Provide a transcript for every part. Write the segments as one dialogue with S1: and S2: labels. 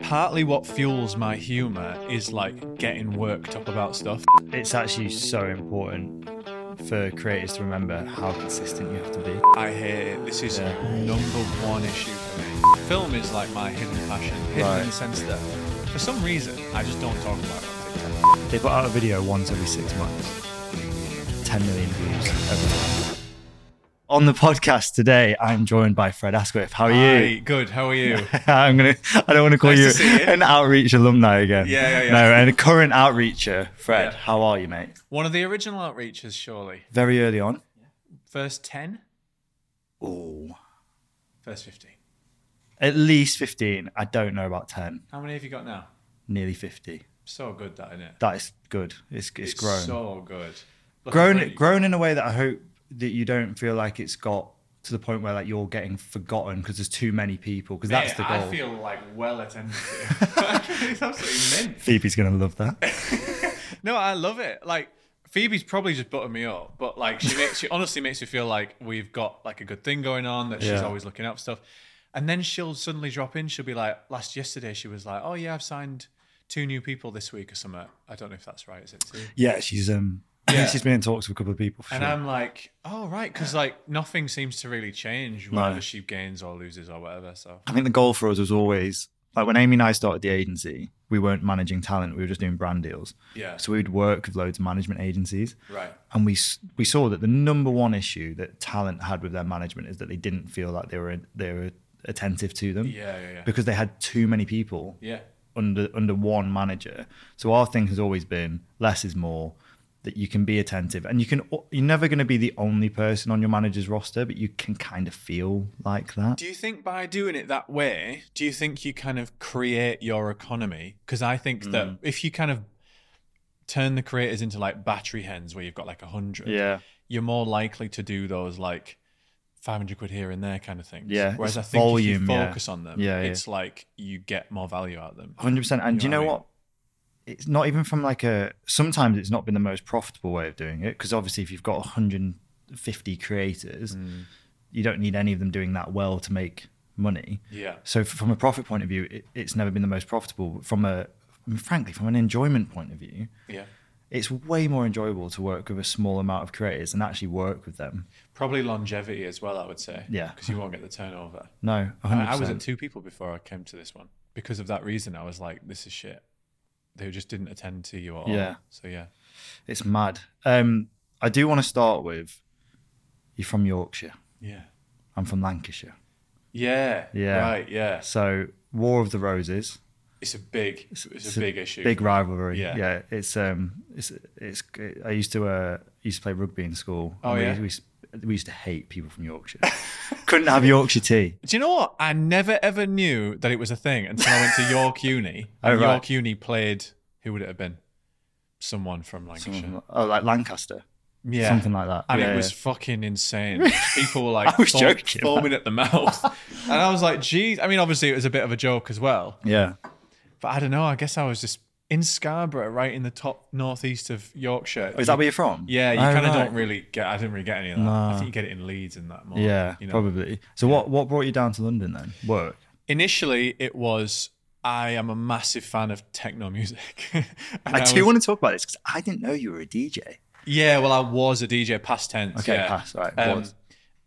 S1: partly what fuels my humor is like getting worked up about stuff.
S2: It's actually so important for creators to remember how consistent you have to be.
S1: I hate it. This is
S2: Yeah.
S1: number one issue for me. Film is like my hidden passion, hidden in
S2: Right.
S1: the sense that for some reason I just don't talk about it on TikTok.
S2: They put out a video once every six months, 10 million views every time. On the podcast today, I'm joined by Fred Asquith. How are
S1: Hi,
S2: you?
S1: good. How are you?
S2: I'm gonna. I don't want to call
S1: Nice to
S2: you
S1: see you.
S2: an outreach alumni again.
S1: Yeah, yeah, yeah.
S2: No, and a current outreacher, Fred.
S1: Yeah.
S2: How are you, mate?
S1: One of the original outreaches, surely.
S2: Very early on.
S1: First 10,
S2: Oh,
S1: first 15.
S2: at least 15. I don't know about 10.
S1: How many have you got now?
S2: Nearly 50.
S1: So good, that, isn't it?
S2: That is good. It's it's, grown.
S1: So good. Look,
S2: grown
S1: really-
S2: grown in a way that I hope that you don't feel like it's got to the point where like you're getting forgotten because there's too many people because that's
S1: Mate,
S2: the goal.
S1: I feel like well attended to. it's absolutely mint.
S2: Phoebe's gonna love that.
S1: No, I love it. Like Phoebe's probably just buttered me up, but like she makes she honestly makes me feel like we've got like a good thing going on that she's
S2: Yeah.
S1: always looking up stuff. And then she'll suddenly drop in. She'll be like, last yesterday she was like, oh yeah, I've signed two new people this week or something. I don't know if that's right. Is it two?
S2: yeah, she's um
S1: Yeah.
S2: she's been in talks with a couple of people. For
S1: And
S2: sure.
S1: I'm like, oh right, because like nothing seems to really change whether
S2: No.
S1: she gains or loses or whatever. So
S2: I think the goal for us was always like when Amy and I started the agency, we weren't managing talent; we were just doing brand deals.
S1: yeah,
S2: So we'd work with loads of management agencies,
S1: right.
S2: and we s- we saw that the number one issue that talent had with their management is that they didn't feel like they were they were attentive to them
S1: Yeah, yeah, yeah.
S2: because they had too many people
S1: Yeah.
S2: under under one manager. So our thing has always been less is more. That you can be attentive, and you can. You're never going to be the only person on your manager's roster, but you can kind of feel like that.
S1: Do you think by doing it that way, do you think you kind of create your economy? Because I think
S2: Mm.
S1: that if you kind of turn the creators into like battery hens where you've got like a hundred,
S2: Yeah,
S1: you're more likely to do those like five hundred quid here and there kind of things.
S2: Yeah,
S1: Whereas I
S2: it's
S1: think if you
S2: volume, yeah.
S1: focus on them,
S2: Yeah, yeah.
S1: it's like you get more value out of them.
S2: hundred percent. And do you
S1: know
S2: know
S1: what I
S2: what? It's not even from like a. Sometimes it's not been the most profitable way of doing it because obviously if you've got 150 creators, you don't need any of them doing that well to make money.
S1: Yeah.
S2: So f- from a profit point of view, it, it's never been the most profitable. But From a frankly, from an enjoyment point of view,
S1: Yeah.
S2: it's way more enjoyable to work with a small amount of creators and actually work with them.
S1: Probably longevity as well, I would say.
S2: Yeah.
S1: Because you won't get the turnover.
S2: No, 100%.
S1: I, I was at two people before I came to this one because of that reason. I was like, "This is shit." They just didn't attend to you at all.
S2: Yeah.
S1: So yeah.
S2: it's mad. Um, I do want to start with you're from Yorkshire.
S1: Yeah.
S2: I'm from Lancashire.
S1: Yeah.
S2: Yeah.
S1: Right. Yeah.
S2: So War of the Roses,
S1: It's a big. It's, a big issue.
S2: big rivalry.
S1: Yeah.
S2: it's um, it's it's. I used to uh, used to play rugby in school.
S1: Oh,
S2: and we,
S1: yeah?
S2: we, s- we used to hate people from Yorkshire. Couldn't have Yorkshire tea.
S1: Do you know what? I never ever knew that it was a thing until I went to York Uni.
S2: Oh,
S1: And
S2: right.
S1: York Uni played. Who would it have been? Someone from Lancashire.
S2: Oh, like Lancaster,
S1: yeah.
S2: something like that.
S1: and
S2: Yeah,
S1: it was
S2: yeah.
S1: fucking insane. People were like
S2: I was
S1: foam-
S2: joking.
S1: foaming at the mouth, and I was like, "Geez." I mean, obviously it was a bit of a joke as well,
S2: yeah.
S1: But I don't know. I guess I was just in Scarborough, right in the top northeast of Yorkshire.
S2: Oh, Is that where you're from?
S1: yeah, you
S2: Oh,
S1: kind of
S2: right.
S1: don't really get. I didn't really get any of that. I
S2: No.
S1: think you get it in Leeds and that more.
S2: Yeah,
S1: you know.
S2: probably. So what what brought you down to London then? Work.
S1: Initially, it was I am a massive fan of techno music. And
S2: I, do
S1: was-
S2: want to talk about this because I didn't know you were a DJ.
S1: Yeah, well, I was a DJ past tense.
S2: Okay,
S1: yeah.
S2: pass. All right,
S1: Um,
S2: was.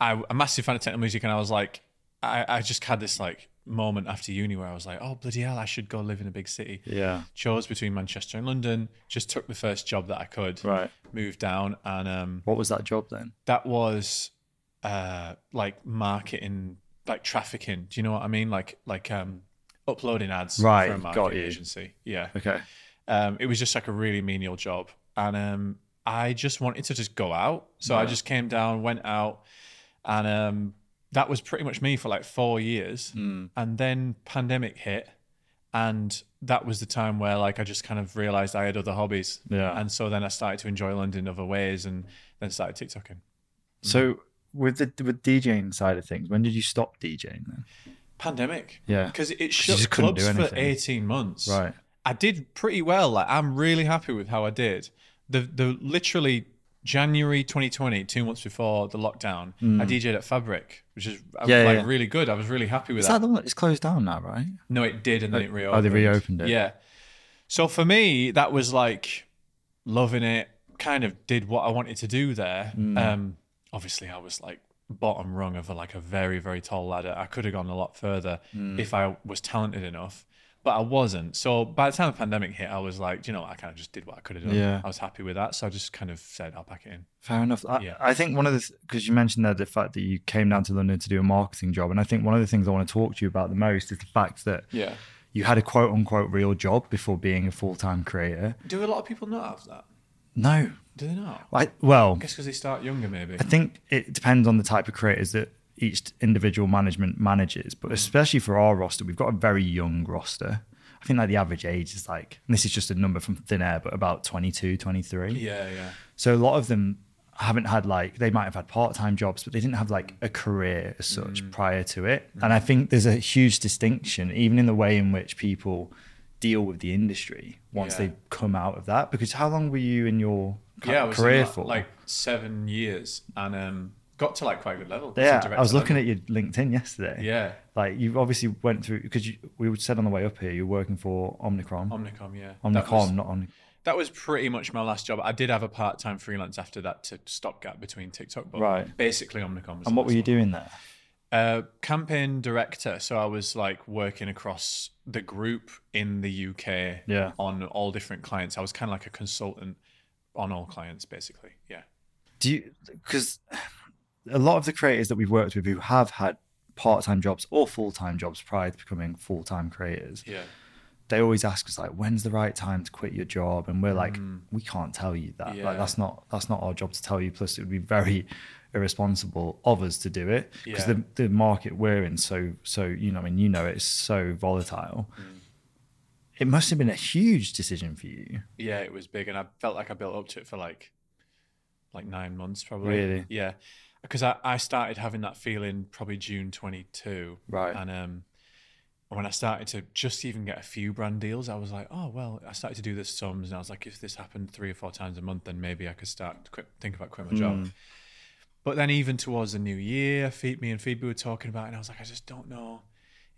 S1: I, a massive fan of techno music, and I was like, I, I just had this like moment after uni where I was like, oh bloody hell, I should go live in a big city.
S2: Yeah.
S1: Chose between Manchester and London. Just took the first job that I could.
S2: Right.
S1: moved down and um
S2: What was that job then?
S1: that was uh like marketing like trafficking do you know what i mean like like um uploading ads
S2: Right,
S1: for a
S2: got
S1: marketing
S2: you.
S1: agency yeah
S2: Okay.
S1: um it was just like a really menial job and um i just wanted to just go out so i
S2: Yeah.
S1: just came down went out and um that was pretty much me for like 4 years
S2: Hmm.
S1: and then pandemic hit and that was the time where like i just kind of realized i had other hobbies
S2: Yeah.
S1: and so then I started to enjoy London in other ways and then started TikToking.
S2: So with the with DJing side of things, when did you stop DJing then?
S1: Pandemic.
S2: Yeah.
S1: Because it shut
S2: just couldn't
S1: clubs
S2: do
S1: for
S2: anything.
S1: 18 months.
S2: Right.
S1: I did pretty well. Like I'm really happy with how I did. The the literally January 2020, two months before the lockdown, I DJ'd at Fabric, which is I was,
S2: Mm. Yeah, yeah,
S1: like
S2: yeah.
S1: really good. I was really happy with
S2: Is
S1: that.
S2: that the one that's closed down now, right?
S1: No, it did, and then it reopened.
S2: oh, they reopened it.
S1: Yeah. So for me, that was like loving it. Kind of did what I wanted to do there. Um, obviously, I was like bottom rung of like a very very tall ladder. I could have gone a lot further if I was talented enough, but I wasn't. So by the time the pandemic hit, I was like, do you know, what? I kind of just did what I could have done.
S2: Yeah.
S1: I was happy with that, so I just kind of said, I'll pack it in.
S2: Fair enough. I,
S1: Yeah.
S2: I think one of the because you mentioned there the fact that you came down to London to do a marketing job, and I think one of the things I want to talk to you about the most is the fact that
S1: Yeah.
S2: you had a quote unquote real job before being a full time creator.
S1: Do a lot of people not have that?
S2: No,
S1: Do they not?
S2: I, well,
S1: I guess because they start younger, maybe.
S2: I think it depends on the type of creators that each individual management manages, but especially for our roster, we've got a very young roster. I think like the average age is like, and this is just a number from thin air, but about 22, 23.
S1: Yeah, yeah.
S2: So a lot of them haven't had like they might have had part-time jobs, but they didn't have like a career as such
S1: Mm.
S2: prior to it. And I think there's a huge distinction, even in the way in which people deal with the industry once
S1: Yeah.
S2: they come out of that. Because how long were you in your ca-
S1: yeah, I was in
S2: career
S1: that,
S2: for?
S1: like seven years and um, got to like quite a good level.
S2: yeah, I was looking at your LinkedIn yesterday.
S1: yeah,
S2: Like you obviously went through because you, we said on the way up here you're working for Omnicron.
S1: Omnicom. Yeah,
S2: Omnicom,
S1: That was,
S2: not on.
S1: that was pretty much my last job. I did have a part-time freelance after that to stopgap between TikTok, but
S2: Right.
S1: basically Omnicom. Was
S2: And what were you doing there?
S1: Uh, campaign director. So I was like working across the group in the UK.
S2: Yeah.
S1: on all different clients. I was kind of like a consultant on all clients, basically. Yeah.
S2: do you because a lot of the creators that we've worked with who have had part-time jobs or full-time jobs prior to becoming full-time creators
S1: Yeah.
S2: they always ask us like when's the right time to quit your job and we're like we can't tell you that
S1: Mm. Yeah.
S2: like that's not that's not our job to tell you plus it would be very irresponsible of us to do it because
S1: Yeah.
S2: the, the market we're in so so you know i mean you know it's so volatile
S1: Mm.
S2: it must have been a huge decision for you
S1: yeah, it was big, and I felt like I built up to it for like like nine months, probably.
S2: Really?
S1: Yeah, because I, I started having that feeling probably June twenty two,
S2: Right.
S1: And um, when I started to just even get a few brand deals, I was like, oh well, I started to do the sums, and I was like, if this happened three or four times a month, then maybe I could start to quit, think about quitting my job. But then even towards the new year, Phoebe, me and Phoebe were talking about, it, and I was like, I just don't know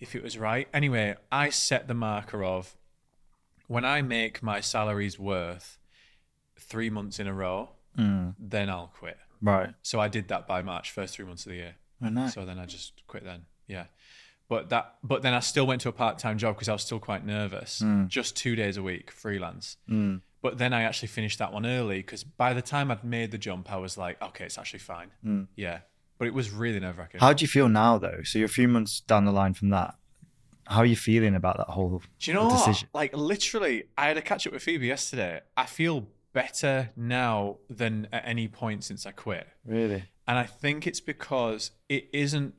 S1: if it was right. Anyway, I set the marker of when I make my salary's worth three months in a row, then I'll quit.
S2: right
S1: So I did that by March, first three months of the year.
S2: oh, nice.
S1: So then I just quit then. Yeah. But that but then I still went to a part-time job because I was still quite nervous.
S2: Hmm.
S1: Just 2 days a week freelance. But then I actually finished that one early cuz by the time I'd made the jump I was like, okay, it's actually fine. Yeah. But it was really nerve-wracking.
S2: Hmm. How do you feel now, though? So you're a few months down the line from that. How are you feeling about that whole?
S1: Do you know what?
S2: decision?
S1: Like literally, I had a catch up with Phoebe yesterday. I feel better now than at any point since I quit.
S2: Really?
S1: And I think it's because it isn't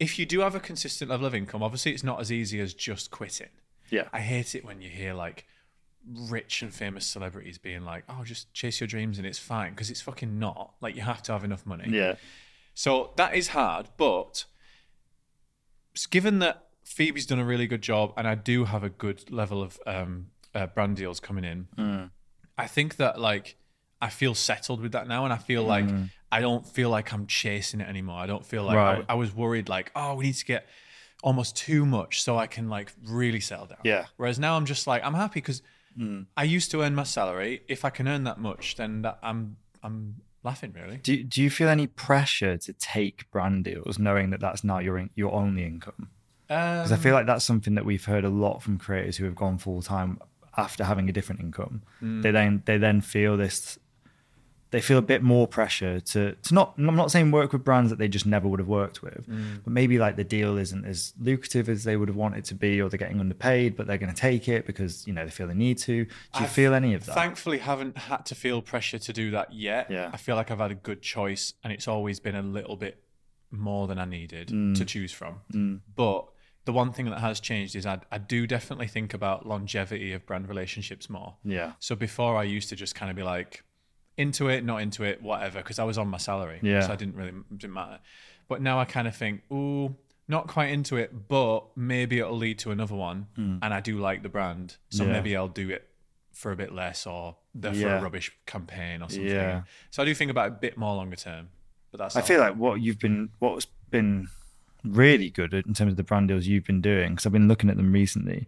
S1: if you do have a consistent level of income, obviously it's not as easy as just quitting.
S2: Yeah.
S1: I hate it when you hear like rich and famous celebrities being like, "Oh, just chase your dreams and it's fine," because it's fucking not. Like you have to have enough money.
S2: Yeah.
S1: So that is hard, but s- given that Phoebe's done a really good job and I do have a good level of um, uh, brand deals coming in,
S2: Mm.
S1: I think that like I feel settled with that now and I feel like I don't feel like I'm chasing it anymore. I don't feel like I-
S2: Mm. Right.
S1: I, was worried like, oh, we need to get almost too much so I can like really settle down.
S2: Yeah. Mm.
S1: Whereas now I'm just like I'm happy because I used to earn my salary. If I can earn that much, then that, I'm I'm laughing really.
S2: Do Do you feel any pressure to take brand deals, knowing that that's now your in, your only income?
S1: Um,
S2: Because I feel like that's something that we've heard a lot from creators who have gone full time after having a different income. They then they then feel this. They feel a bit more pressure to to not. I'm not saying work with brands that they just never would have worked with, but maybe like the deal isn't as lucrative as they would have wanted to be, or they're getting underpaid, but they're going to take it because you know they feel they need to. Do you feel any of that?
S1: thankfully haven't had to feel pressure to do that yet.
S2: Yeah.
S1: I feel like I've had a good choice and it's always been a little bit more than I needed
S2: Mm.
S1: to choose from. But the one thing that has changed is I, I do definitely think about longevity of brand relationships more.
S2: yeah,
S1: So before I used to just kind of be like, into it, not into it, whatever, because I was on my salary.
S2: Yeah.
S1: So I didn't really, didn't matter. But now I kind of think, ooh, not quite into it, but maybe it'll lead to another one. And I do like the brand. So
S2: Hmm. Yeah.
S1: maybe I'll do it for a bit less or they're for
S2: Yeah.
S1: a rubbish campaign or something.
S2: Yeah.
S1: So I do think about it a bit more longer term. But that's
S2: I
S1: all.
S2: feel like what you've been, what's been really good in terms of the brand deals you've been doing, because I've been looking at them recently.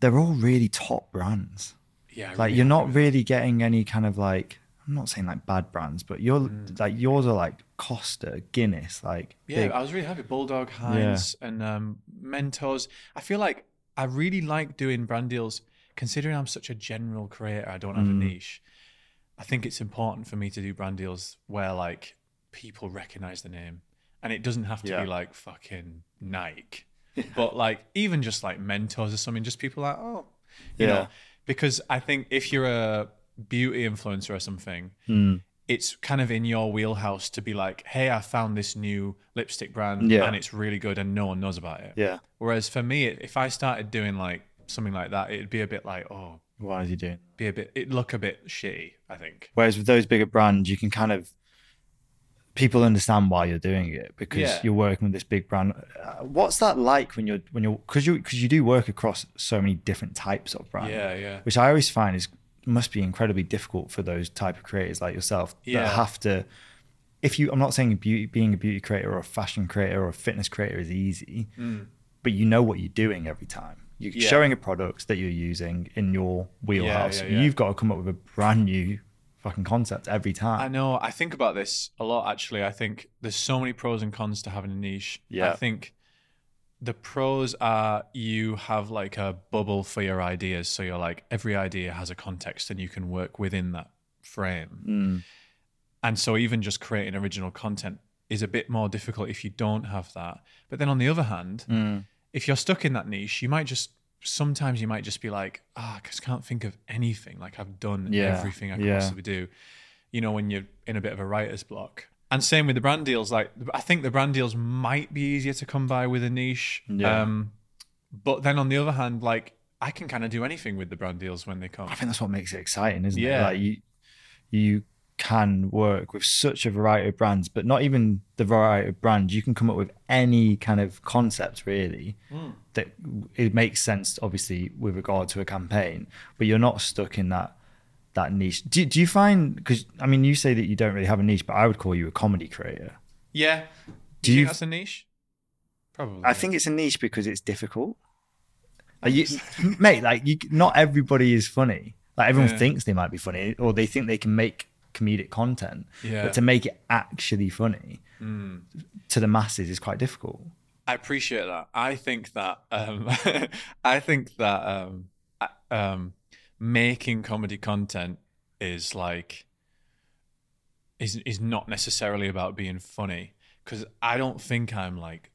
S2: They're all really top brands.
S1: yeah, I
S2: Like
S1: really
S2: you're not really getting any kind of like, I'm not saying like bad brands, but you're like yours are like Costa, Guinness, like
S1: Mm. Yeah,
S2: big-
S1: I was really happy. Bulldog, Heinz, and um, Mentors. I feel like I really like doing brand deals, considering I'm such a general creator. I don't have
S2: Mm.
S1: a niche. I think it's important for me to do brand deals where like people recognize the name, and it doesn't have to
S2: Yeah.
S1: be like fucking Nike, but like even just like Mentors or something. Just people like oh, you
S2: Yeah.
S1: know, because I think if you're a beauty influencer or something,
S2: mm.
S1: it's kind of in your wheelhouse to be like, hey, I found this new lipstick brand
S2: Yeah.
S1: and it's really good and no one knows about it.
S2: yeah.
S1: Whereas for me, it- if I started doing like something like that, it'd be a bit like, oh,
S2: Why is he doing?
S1: be a bit, it'd look a bit shitty, I think.
S2: Whereas with those bigger brands, you can kind of people understand why you're doing it because
S1: Yeah.
S2: you're working with this big brand. Uh, what's that like when you're when you're because you because you do work across so many different types of brands,
S1: Yeah, yeah.
S2: which I always find is must be incredibly difficult for those type of creators like yourself
S1: Yeah.
S2: that have to. If you, I'm not saying beauty, being a beauty creator or a fashion creator or a fitness creator is easy, but you know what you're doing every time. You're
S1: Mm. Yeah.
S2: showing a product that you're using in your wheelhouse.
S1: yeah, yeah.
S2: You've got to come up with a brand new fucking concept
S1: I
S2: every time.
S1: know. I think about this a lot, actually. I think there's so many pros and cons to having a niche.
S2: Yeah.
S1: I think the pros are you have like a bubble for your ideas. So you're like, every idea has a context and you can work within that frame.
S2: Mm.
S1: And so even just creating original content is a bit more difficult if you don't have that. But then on the other hand,
S2: Mm.
S1: if you're stuck in that niche, you might just sometimes you might just be like, ah, I just can't think of anything. Like I've done
S2: Yeah,
S1: everything I can
S2: yeah.
S1: possibly do. You know, when you're in a bit of a writer's block. And same with the brand deals. Like I think the brand deals might be easier to come by with a niche.
S2: Yeah.
S1: Um, but then on the other hand, like I can kind of do anything with the brand deals when they come.
S2: I think that's what makes it exciting, isn't
S1: Yeah.
S2: it? Like you, you can work with such a variety of brands, but not even the variety of brands. You can come up with any kind of concept really that it makes sense, obviously, with regard to a campaign. But you're not stuck in that that niche. Do, do you find because I mean, you say that you don't really have a niche, but I would call you a comedy creator.
S1: Yeah. Do
S2: Do
S1: you
S2: you-
S1: think that's a niche? Probably.
S2: I
S1: not.
S2: think it's a niche because it's difficult. Are you, mate? Like, you, not everybody is funny. Like everyone
S1: Yeah.
S2: thinks they might be funny, or they think they can make comedic content.
S1: Yeah. Mm.
S2: But to make it actually funny to the masses is quite difficult.
S1: I appreciate that. I think that um, I think that um, I- um, making comedy content is like is is not necessarily about being funny because I don't think I'm like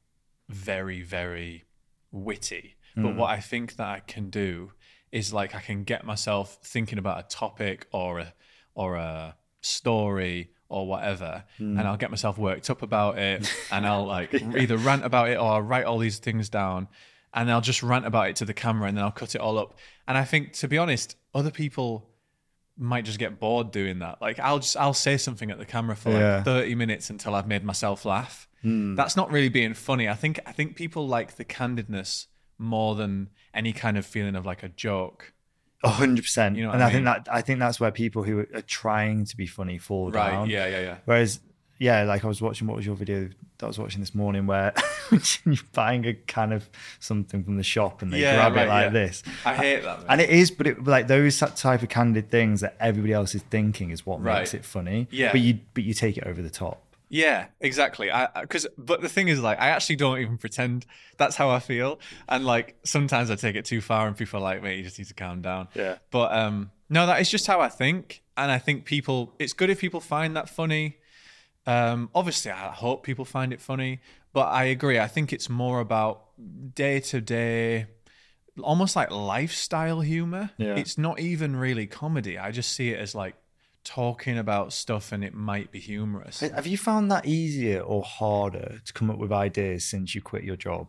S1: very very witty. But what I think that I can do is like I can get myself thinking about a topic or a or a story or whatever and I'll get myself worked up about it and I'll like either rant about it or I'll write all these things down and I'll just rant about it to the camera and then I'll cut it all up. And I think to be honest, other people might just get bored doing that. Like I'll just I'll say something at the camera for like
S2: Yeah.
S1: 30 minutes until I've made myself laugh.
S2: Mm.
S1: That's not really being funny. I think I think people like the candidness more than any kind of feeling of like a joke.
S2: A hundred percent.
S1: You know what
S2: and
S1: I
S2: I,
S1: mean?
S2: think that I think that's where people who are trying to be funny fall down.
S1: Yeah, yeah, yeah.
S2: Whereas, yeah, like I was watching what was your video that I was watching this morning where you're buying a can of something from the shop and they
S1: Yeah,
S2: grab
S1: right,
S2: it like
S1: yeah.
S2: this.
S1: I hate that. man.
S2: And it is, but it like those that type of candid things that everybody else is thinking is what
S1: Right.
S2: makes it funny.
S1: Yeah.
S2: But you but you take it over the top.
S1: Yeah, exactly. I because but the thing is like I actually don't even pretend that's how I feel and like sometimes I take it too far and people are like mate you just need to calm down.
S2: Yeah.
S1: But um no that is just how I think and I think people it's good if people find that funny. Um obviously I hope people find it funny, but I agree I think it's more about day to day almost like lifestyle humor.
S2: Yeah.
S1: It's not even really comedy. I just see it as like talking about stuff and it might be humorous.
S2: Uh, Have you found that easier or harder to come up with ideas since you quit your job?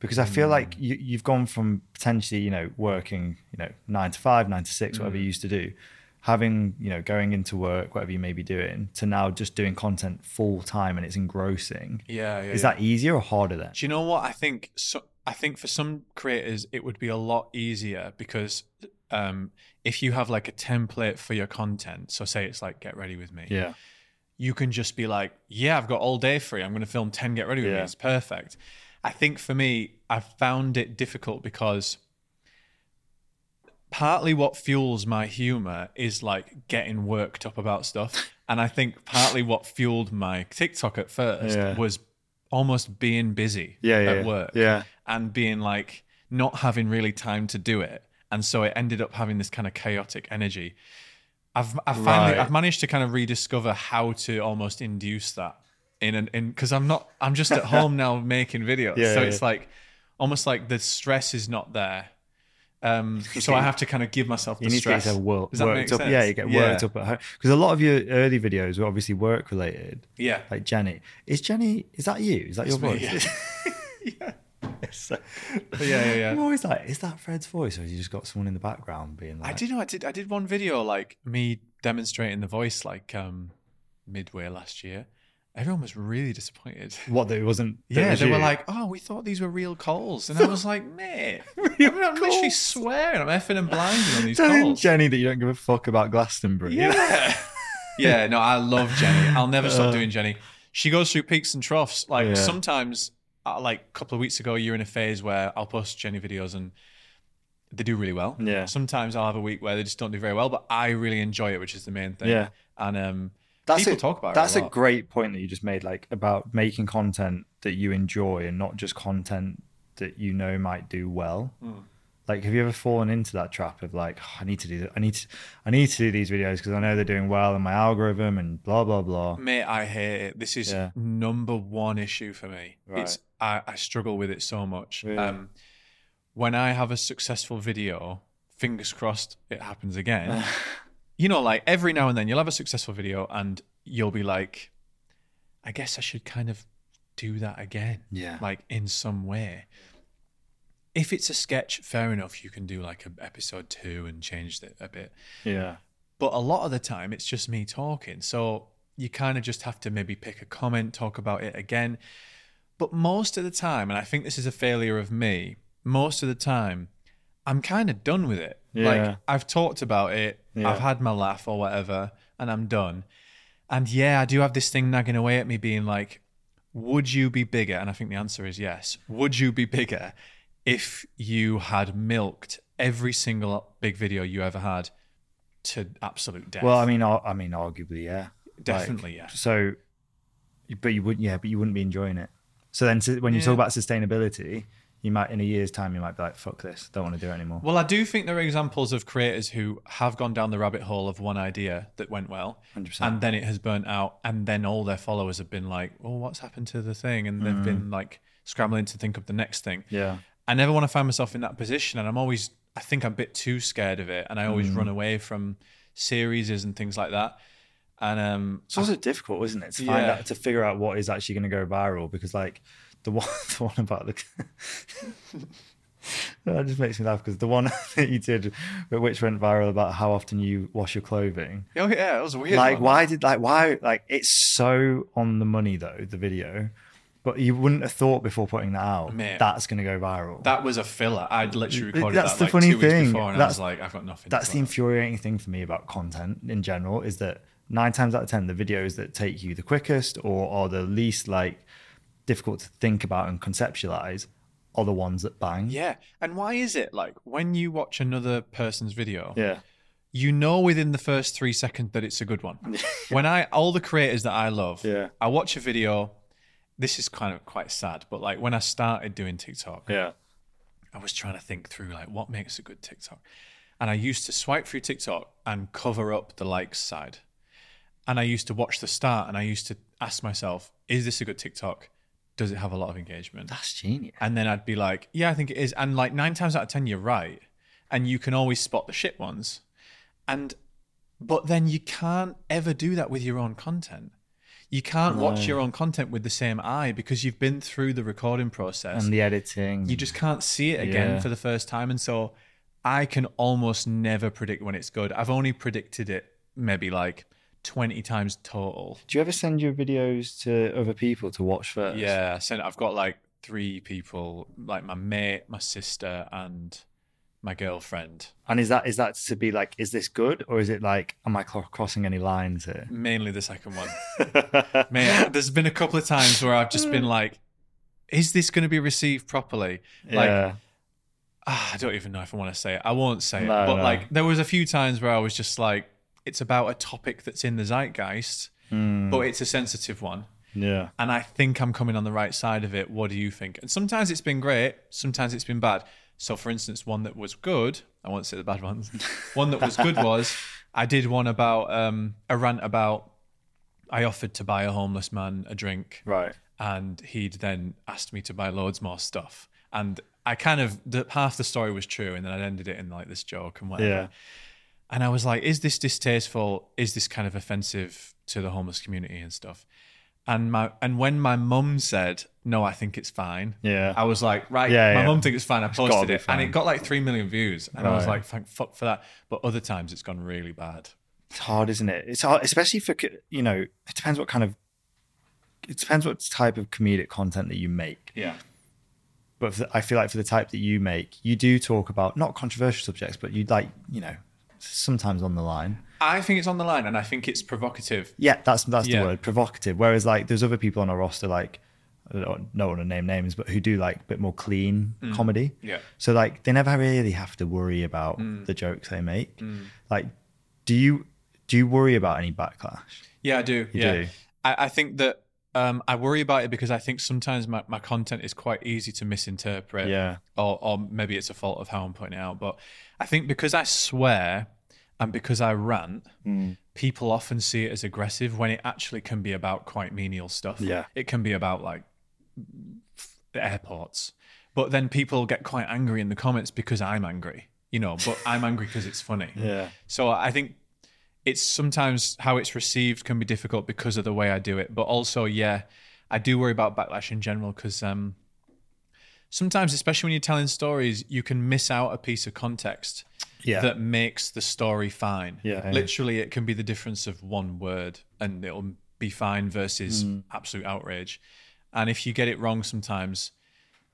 S2: Because I feel like you, you've gone from potentially, you know, working, you know, nine to five, nine to six, whatever you used to do, having, you know, going into work, whatever you may be doing, to now just doing content full time and it's engrossing.
S1: Yeah, yeah.
S2: Is
S1: yeah.
S2: that easier or harder then?
S1: Do you know what I think? So I think for some creators, it would be a lot easier because um, if you have like a template for your content, so say it's like get ready with me,
S2: Yeah.
S1: you can just be like, yeah, I've got all day free. I'm going to film 10 Get Ready With Me.
S2: Yeah.
S1: It's perfect. I think for me, I've found it difficult because partly what fuels my humor is like getting worked up about stuff. And I think partly what fueled my TikTok at first
S2: Yeah.
S1: was almost being busy
S2: Yeah. Yeah.
S1: at
S2: yeah.
S1: work
S2: Yeah.
S1: and being like not having really time to do it and so it ended up having this kind of chaotic energy i've i finally
S2: Right.
S1: i've managed to kind of rediscover how to almost induce that in an in because i'm not i'm just at home now making videos
S2: Yeah,
S1: so
S2: yeah,
S1: it's like almost like the stress is not there um so i have to kind of give myself the
S2: You need
S1: stress
S2: to get yourself wor-
S1: Does that
S2: worked
S1: make
S2: up. Yeah,
S1: sense?
S2: you get
S1: Yeah.
S2: worked up at home because a lot of your early videos were obviously work related.
S1: yeah
S2: Like Jenny, is Jenny? Is that you? Is that your
S1: me,
S2: voice? yeah. It's so-
S1: yeah yeah yeah
S2: I'm always like, is that Fred's voice, or have you just got someone in the background being like,
S1: I did know I did I did one video like me demonstrating the voice like um midway last year. Everyone was really disappointed.
S2: what? That it wasn't. that it
S1: Yeah,
S2: was
S1: they were
S2: you?
S1: like, "Oh, we thought these were real calls," and I was like, "Mate, I'm, I'm literally
S2: calls.
S1: swearing, I'm effing and blinding on these
S2: telling
S1: calls."
S2: Jenny that you "Oh, don't give a fuck about Glastonbury.
S1: yeah, yeah. No, I love Jenny. I'll never stop
S2: Uh,
S1: doing Jenny. She goes through peaks and troughs. Like
S2: Yeah.
S1: sometimes, uh, like a couple of weeks ago, you're in a phase where I'll post Jenny videos and they do really well.
S2: Yeah.
S1: Sometimes I'll have a week where they just don't do very well, but I really enjoy it, which is the main thing.
S2: Yeah.
S1: And um,
S2: That's
S1: people
S2: a,
S1: talk about
S2: that's
S1: it. A
S2: a
S1: lot.
S2: great point that you just made, like about making content that you enjoy and not just content that you know might do well.
S1: Mm.
S2: Like, have you ever fallen into that trap of like, "Oh, I need to do, th- I need to, I need to do these videos because I know they're doing well in my algorithm and blah blah blah.
S1: Mate, I hate it. This is
S2: Yeah.
S1: number one issue for me.
S2: Right.
S1: It's I, I struggle with it so much.
S2: Really?
S1: Um, when I have a successful video, fingers crossed it happens again. you know, like every now and then you'll have a successful video and you'll be like, I guess I should kind of do that again,
S2: yeah,
S1: like in some way. If it's a sketch, fair enough, you can do like a episode two and change it a bit.
S2: yeah,
S1: But a lot of the time, it's just me talking. So you kind of just have to maybe pick a comment, talk about it again. But most of the time, and I think this is a failure of me, most of the time, I'm kind of done with it.
S2: Yeah.
S1: Like I've talked about it,
S2: Yeah.
S1: I've had my laugh or whatever, and I'm done. And yeah, I do have this thing nagging away at me being like, would you be bigger? And I think the answer is yes. Would you be bigger if you had milked every single big video you ever had to absolute death?
S2: Well, I mean, ar- I mean, arguably, yeah,
S1: definitely, yeah.
S2: So, but you wouldn't, yeah, but you wouldn't be enjoying it. So then, su- when you
S1: Yeah.
S2: talk about sustainability, you might in a year's time, you might be like, fuck this, don't want to do it anymore.
S1: Well, I do think there are examples of creators who have gone down the rabbit hole of one idea that went well,
S2: 100%.
S1: and then it has burnt out, and then all their followers have been like, "Well, what's happened to the thing?" And they've
S2: Mm.
S1: been like scrambling to think of the next thing.
S2: yeah,
S1: I never want to find myself in that position, and I'm always, I think I'm a bit too scared of it, and I always
S2: Mm.
S1: run away from series and things like that. And um,
S2: It's also difficult, isn't it, to find
S1: Yeah.
S2: out to figure out what is actually going to go viral because like the one the one about the that just makes me laugh because the one that you did but which went viral about how often you wash your clothing.
S1: oh yeah, it was a weird.
S2: like
S1: one.
S2: why did like why like it's so on the money though the video, but you wouldn't have thought before putting that out
S1: Mate.
S2: that's going to go viral.
S1: That was a filler. I'd literally recorded
S2: That's
S1: that
S2: the
S1: like
S2: funny
S1: two
S2: thing.
S1: weeks before, and I
S2: That's-
S1: was like, I've got nothing. to
S2: that's the
S1: put out.
S2: infuriating thing for me about content in general is that nine times out of ten the videos that take you the quickest or are the least like difficult to think about and conceptualize are the ones that bang
S1: Yeah. And why is it like when you watch another person's video,
S2: yeah
S1: you know within the first three seconds that it's a good one? when I, all the creators that I love,
S2: Yeah.
S1: I watch a video. This is kind of quite sad, but like when I started doing TikTok,
S2: yeah
S1: I was trying to think through like what makes a good TikTok. And I used to swipe through TikTok and cover up the likes side. And I used to watch the start and I used to ask myself, is this a good TikTok? Does it have a lot of engagement?
S2: that's genius
S1: And then I'd be like, yeah, I think it is. And like nine times out of 10, you're right. And you can always spot the shit ones. And, but then you can't ever do that with your own content. You can't watch your own content with the same eye because you've been through the recording process.
S2: and the editing
S1: you just can't see it again
S2: Yeah.
S1: for the first time. And so I can almost never predict when it's good. I've only predicted it maybe like 20 times total.
S2: do you ever send your videos to other people to watch first
S1: Yeah, I sent. I've got like three people, like my mate, my sister, and my girlfriend.
S2: And is that is that to be like, is this good or is it like, am I cro- crossing any lines here?
S1: Mainly the second one. Man, there's been a couple of times where I've just been like, is this going to be received properly? Like,
S2: yeah,
S1: ah, I don't even know if I want to say it. I won't say it.
S2: No,
S1: but
S2: no.
S1: like, there was a few times where I was just like, it's about a topic that's in the zeitgeist,
S2: Mm.
S1: but it's a sensitive one.
S2: yeah,
S1: And I think I'm coming on the right side of it. What do you think? And sometimes it's been great, sometimes it's been bad. So, for instance, one that was good, I won't say the bad ones. One that was good was I did one about um, a rant about I offered to buy a homeless man a drink
S2: right.
S1: and he'd then asked me to buy loads more stuff. And I kind of the, half the story was true, and then I ended it in like this joke and whatever.
S2: Yeah,
S1: And I was like, "Is this distasteful? Is this kind of offensive to the homeless community and stuff?" And my and when my mum said, "No, I think it's fine,"
S2: yeah.
S1: I was like, "Right,
S2: Yeah,
S1: my
S2: yeah.
S1: mum thinks it's fine." I posted
S2: be
S1: it,
S2: fine.
S1: and it got like three million views, and I was
S2: Right.
S1: like, "Thank fuck for that." But other times, it's gone really bad.
S2: it's hard, isn't it? It's hard, especially for co- you know. It depends what kind of. It depends what type of comedic content that you make.
S1: Yeah,
S2: But for, I feel like for the type that you make, you do talk about not controversial subjects, but you like you know sometimes on the line.
S1: I think it's on the line, and I think it's provocative.
S2: Yeah, that's that's
S1: Yeah.
S2: the word provocative. Whereas like there's other people on our roster like I don't don't want to name names, but who do like a bit more clean comedy.
S1: Mm. Yeah. Mm.
S2: So like they never really have to worry about the jokes they make. Like, do you do you worry about any backlash?
S1: Yeah, I do.
S2: You
S1: yeah.
S2: do?
S1: I, I think that um, I worry about it because I think sometimes my, my content is quite easy to misinterpret.
S2: Yeah.
S1: Or, or maybe it's a fault of how I'm putting it out. But I think because I swear and because I rant, people often see it as aggressive when it actually can be about quite menial stuff.
S2: Yeah.
S1: It can be about like f- airports. But then people get quite angry in the comments because I'm angry, you know, but I'm angry because it's funny.
S2: Yeah.
S1: So I think it's sometimes how it's received can be difficult because of the way I do it. But also, yeah, I do worry about backlash in general because um, sometimes, especially when you're telling stories, you can miss out a piece of context
S2: Yeah.
S1: that makes the story fine.
S2: Yeah.
S1: Literally, it can be the difference of one word and it'll be fine versus
S2: Mm.
S1: absolute outrage. And if you get it wrong sometimes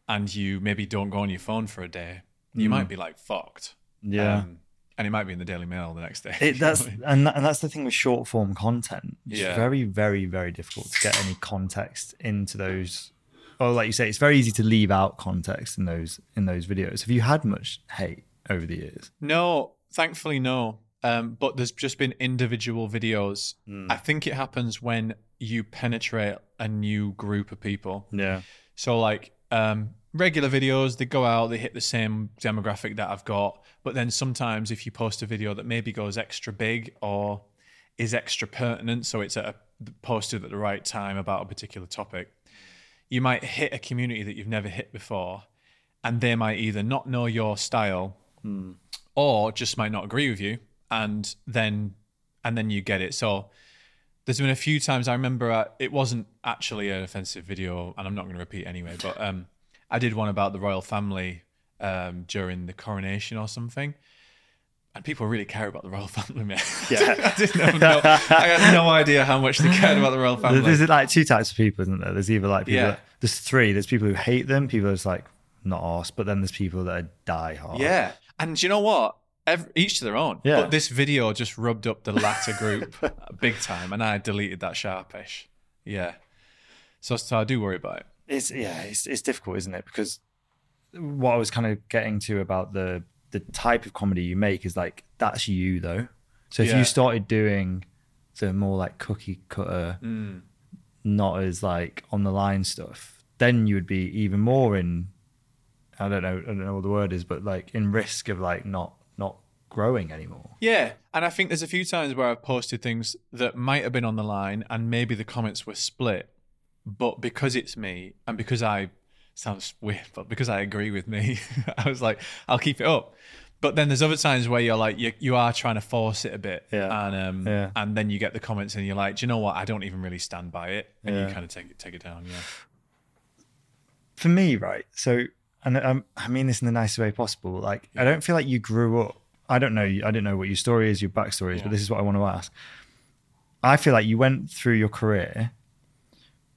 S1: and you maybe don't go on your phone for a day,
S2: Mm.
S1: you might be like fucked.
S2: yeah.
S1: Um, and it might be in the Daily Mail the next day.
S2: it, that's and that, and that's the thing with short form content. It's
S1: Yeah.
S2: very, very, very difficult to get any context into those. Or like you say, it's very easy to leave out context in those in those videos. Have you had much hate over the years?
S1: No, thankfully, no. Um, but there's just been individual videos.
S2: Hmm.
S1: I think it happens when you penetrate a new group of people.
S2: Yeah,
S1: So, like, um, regular videos, they go out, they hit the same demographic that I've got. But then sometimes if you post a video that maybe goes extra big or is extra pertinent, so it's at a, posted at the right time about a particular topic, you might hit a community that you've never hit before. And they might either not know your style or just might not agree with you and then and then you get it so there's been a few times i remember uh, it wasn't actually an offensive video and i'm not going to repeat anyway but um i did one about the royal family um during the coronation or something and people really care about the royal family man
S2: Yeah.
S1: I, didn't have no, I had no idea how much they cared about the royal family
S2: there's like two types of people, isn't there? There's either like people
S1: Yeah.
S2: that, there's three. There's people who hate them, people that's like not arse, but then there's people that are die hard.
S1: Yeah. And do you know what? Every, each to their own.
S2: Yeah.
S1: But this video just rubbed up the latter group big time, and I deleted that sharpish. Yeah. So, so I do worry about it.
S2: it's yeah, it's it's difficult, isn't it? Because what I was kind of getting to about the the type of comedy you make is like that's you though. So if
S1: Yeah.
S2: you started doing the more like cookie cutter, not as like on the line stuff, then you would be even more in. I don't know. I don't know what the word is, but like in risk of like not not growing anymore.
S1: Yeah. And I think there's a few times where I've posted things that might have been on the line, and maybe the comments were split. But because it's me, and because I sounds weird, but because I agree with me, I was like, I'll keep it up. But then there's other times where you're like, you, you are trying to force it a bit.
S2: Yeah.
S1: And um,
S2: Yeah.
S1: and then you get the comments and you're like, do you know what? I don't even really stand by it. And
S2: Yeah.
S1: you kind of take it take it down. Yeah.
S2: for me, right? So, and um, I mean this in the nicest way possible. Like, I don't feel like you grew up. I don't know. I don't know what your story is, your backstory is, but this is what I want to ask. I feel like you went through your career,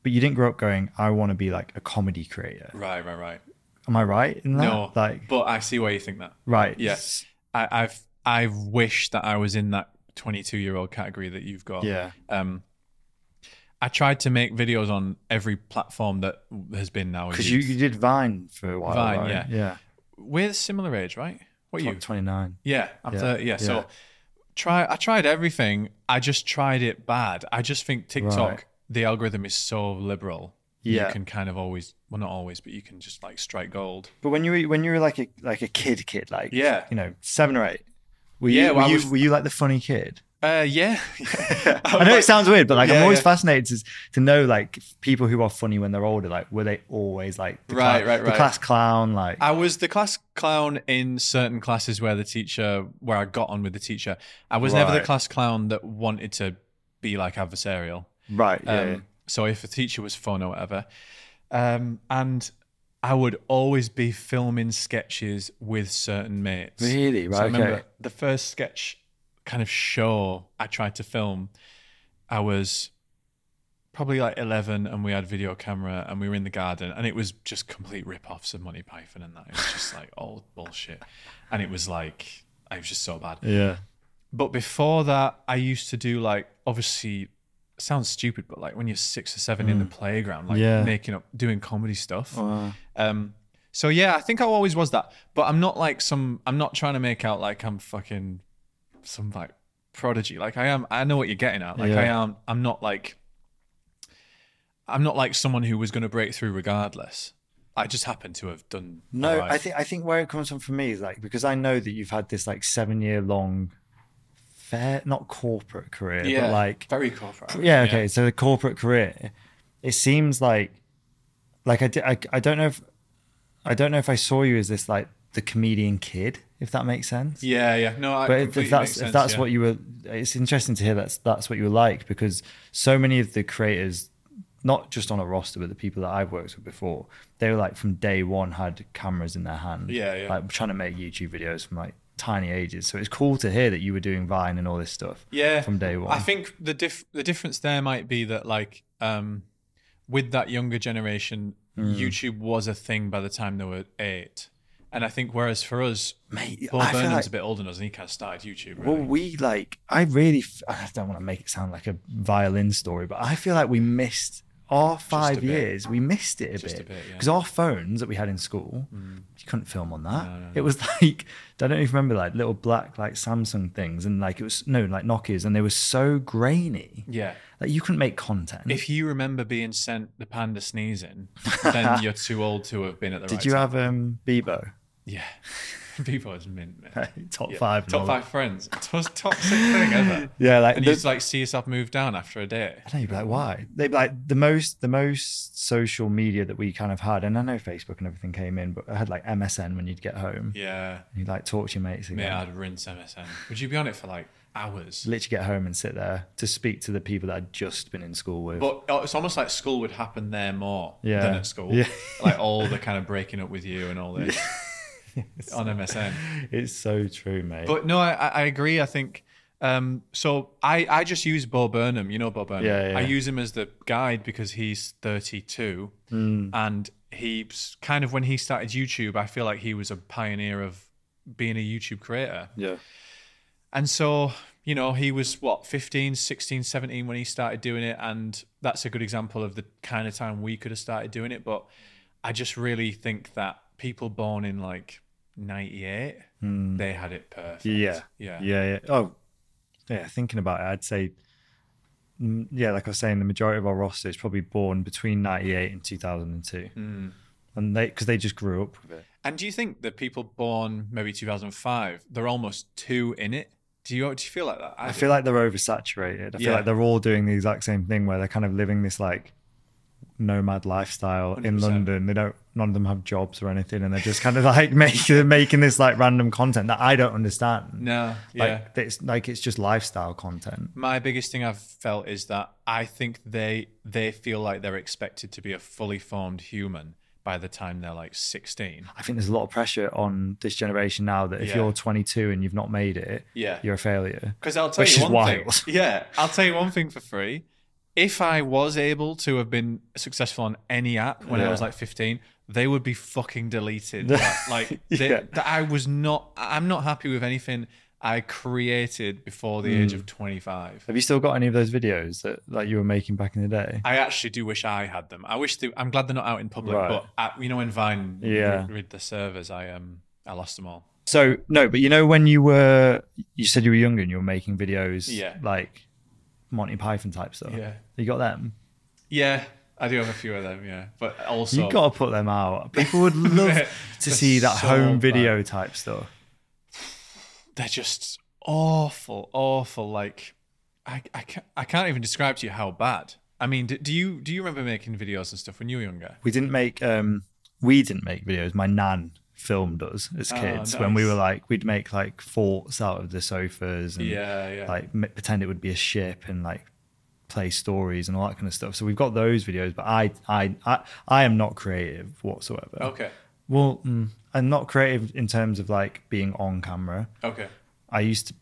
S2: but you didn't grow up going, "I want to be like a comedy creator."
S1: Right, right, right.
S2: Am I right in that?
S1: No,
S2: Like,
S1: but I see why you think that.
S2: right.
S1: Yes. I, I've I wish that I was in that 22 year old category that you've got.
S2: Yeah.
S1: Um, I tried to make videos on every platform that has been now.
S2: Because you,
S1: used.
S2: you did Vine for a while.
S1: Vine,
S2: right?
S1: yeah.
S2: Yeah.
S1: we're similar age, right? What are you?
S2: 29.
S1: Yeah, I'm
S2: Yeah,
S1: 30. Yeah,
S2: yeah.
S1: so try. I tried everything. I just tried it bad. I just think TikTok,
S2: Right.
S1: the algorithm is so liberal.
S2: Yeah.
S1: you can kind of always, well, not always, but you can just like strike gold.
S2: But when you were when you were like a like a kid kid like
S1: Yeah.
S2: you know seven or eight were
S1: Yeah,
S2: you,
S1: well,
S2: were,
S1: I
S2: you
S1: was-
S2: were you like the funny kid
S1: Uh, yeah.
S2: I know it sounds weird but like I'm
S1: Yeah,
S2: always
S1: yeah.
S2: fascinated to, to know like people who are funny when they're older like were they always like the
S1: Right,
S2: cla-
S1: right,
S2: the
S1: right.
S2: class clown like
S1: I was the class clown in certain classes where the teacher, where I got on with the teacher. I was never
S2: Right.
S1: the class clown that wanted to be like adversarial.
S2: right yeah,
S1: Um, So if a teacher was fun or whatever, um, and I would always be filming sketches with certain mates.
S2: yeah. really
S1: So I
S2: right
S1: remember
S2: okay
S1: the first sketch kind of show I tried to film, I was probably like 11 and we had video camera and we were in the garden and it was just complete rip-offs of Monty Python and that. It was just like all bullshit. And it was like, I was just so bad.
S2: yeah
S1: But before that, I used to do like obviously sounds stupid, but like when you're six or seven in the playground, like
S2: Mm. Yeah. Oh,
S1: making up doing comedy stuff.
S2: Uh,
S1: Um so yeah, I think I always was that. But I'm not like some I'm not trying to make out like I'm fucking some like prodigy. Like I am I know what you're getting at. Like
S2: Yeah.
S1: I am I'm not like I'm not like someone who was gonna break through regardless. I just happen to have done
S2: no
S1: alright.
S2: I think I think where it comes from for me is like because I know that you've had this like seven year long fair not corporate career but like
S1: very corporate.
S2: yeah okay so the corporate career it seems like like I, di- I i don't know if i don't know if i saw you as this like the comedian kid if that makes sense
S1: Yeah, yeah. No, I
S2: but if,
S1: completely
S2: if that's
S1: makes sense,
S2: if that's
S1: yeah.
S2: what you were it's interesting to hear that's that's what you were like because so many of the creators not just on a roster but the people that i've worked with before they were like from day one had cameras in their hand
S1: Yeah, yeah.
S2: like trying to make youtube videos from like tiny ages so it's cool to hear that you were doing vine and all this stuff
S1: yeah
S2: from day one
S1: i think the diff the difference there might be that like um with that younger generation
S2: Mm.
S1: youtube was a thing by the time they were eight and i think whereas for us
S2: mate
S1: paul
S2: I feel
S1: burnham's
S2: like-
S1: a bit older than us and he kind of started youtube
S2: Well,
S1: really.
S2: we like, I really, f- I don't want to make it sound like a violin story, but I feel like we missed our five
S1: a bit.
S2: years. We missed it a
S1: Just a
S2: bit
S1: bit, yeah. Mm.
S2: because our phones that we had in school, you couldn't film on that. It was like, I don't know if you remember, like little black, like Samsung things, and like it was, no, like Nokia's, and they were so grainy.
S1: yeah
S2: Like you couldn't make content.
S1: if you remember being sent the panda sneezing then you're too old to have been at the
S2: Did
S1: right
S2: you
S1: time.
S2: have um Bebo?
S1: yeah people is mint man
S2: top
S1: Yeah.
S2: five. and
S1: top
S2: all
S1: five friends toxic thing ever
S2: that. Yeah, like
S1: and
S2: the-
S1: you just like see yourself move down after a day
S2: I know you'd be like, why? They like the most the most social media that we kind of had, and I know Facebook and everything came in, but I had like MSN when you'd get home.
S1: yeah
S2: And you'd like talk to your mates again.
S1: Mate, I'd rinse MSN. Would you be on it for like hours?
S2: Literally get home and sit there to speak to the people that I'd just been in school with.
S1: But uh, it's almost like school would happen there more
S2: Yeah.
S1: than at school.
S2: Yeah.
S1: Like all the kind of breaking up with you and all this on MSN.
S2: it's so true, mate.
S1: But no, I, I I agree. I think um, so. I, I just use Bo Burnham. You know Bo Burnham.
S2: Yeah, yeah.
S1: I use him as the guide because he's 32,
S2: Mm.
S1: and he's kind of when he started YouTube. I feel like he was a pioneer of being a YouTube creator.
S2: yeah.
S1: And so, you know, he was what, 15, 16, 17 when he started doing it. And that's a good example of the kind of time we could have started doing it. But I just really think that people born in like 98, they had it perfect.
S2: Hmm. Yeah.
S1: Yeah.
S2: Yeah, yeah. Oh, yeah. Thinking about it, I'd say, mm, yeah, like I was saying, the majority of our roster is probably born between '98 and 2002,
S1: Mm.
S2: and they because they just grew up with it.
S1: And do you think that people born maybe 2005, they're almost two in it? Do you, do you feel like that?
S2: I feel like they're oversaturated. I feel
S1: Yeah.
S2: like they're all doing the exact same thing where they're kind of living this like nomad lifestyle in
S1: 100%.
S2: London. They don't none of them have jobs or anything and they're just kind of like making making this like random content that I don't understand.
S1: No. Yeah.
S2: Like it's like it's just lifestyle content.
S1: my biggest thing I've felt is that I think they they feel like they're expected to be a fully formed human by the time they're like 16.
S2: I think there's a lot of pressure on this generation now that if
S1: Yeah.
S2: you're 22 and you've not made it,
S1: Yeah.
S2: you're a failure.
S1: Because I'll tell
S2: Which
S1: you
S2: is
S1: one
S2: wild.
S1: thing. Yeah, I'll tell you one thing for free. if I was able to have been successful on any app when I was like 15, they would be fucking deleted. like, like, they,
S2: Yeah.
S1: that I was not. I'm not happy with anything I created before
S2: Hmm.
S1: the age of 25.
S2: Have you still got any of those videos that like you were making back in the day?
S1: I actually do wish I had them. I wish they. I'm glad they're not out in public.
S2: Right.
S1: But uh you know, when Vine
S2: Yeah.
S1: rid, rid the servers, I um, I lost them all.
S2: So no, but you know when you were you said you were younger and you were making videos
S1: Yeah.
S2: like Monty Python type stuff.
S1: Yeah.
S2: You got them?
S1: Yeah, I do have a few of them. Yeah, but also
S2: You gotta put them out. People would love to
S1: They're
S2: see that
S1: so
S2: home
S1: bad.
S2: video type stuff.
S1: they're just awful, awful. Like, I, I, can't, I can't even describe to you how bad. I mean, do, do you do you remember making videos and stuff when you were younger?
S2: We didn't make um we didn't make videos. My nan filmed us as kids when we
S1: Ah, nice.
S2: were like we'd make like forts out of the sofas and
S1: Yeah, yeah.
S2: like m- pretend it would be a ship and like play stories and all that kind of stuff. So we've got those videos, but I I I, I am not creative whatsoever.
S1: okay,
S2: Well,
S1: Hmm.
S2: mm, I'm not creative in terms of like being on camera.
S1: okay.
S2: I used to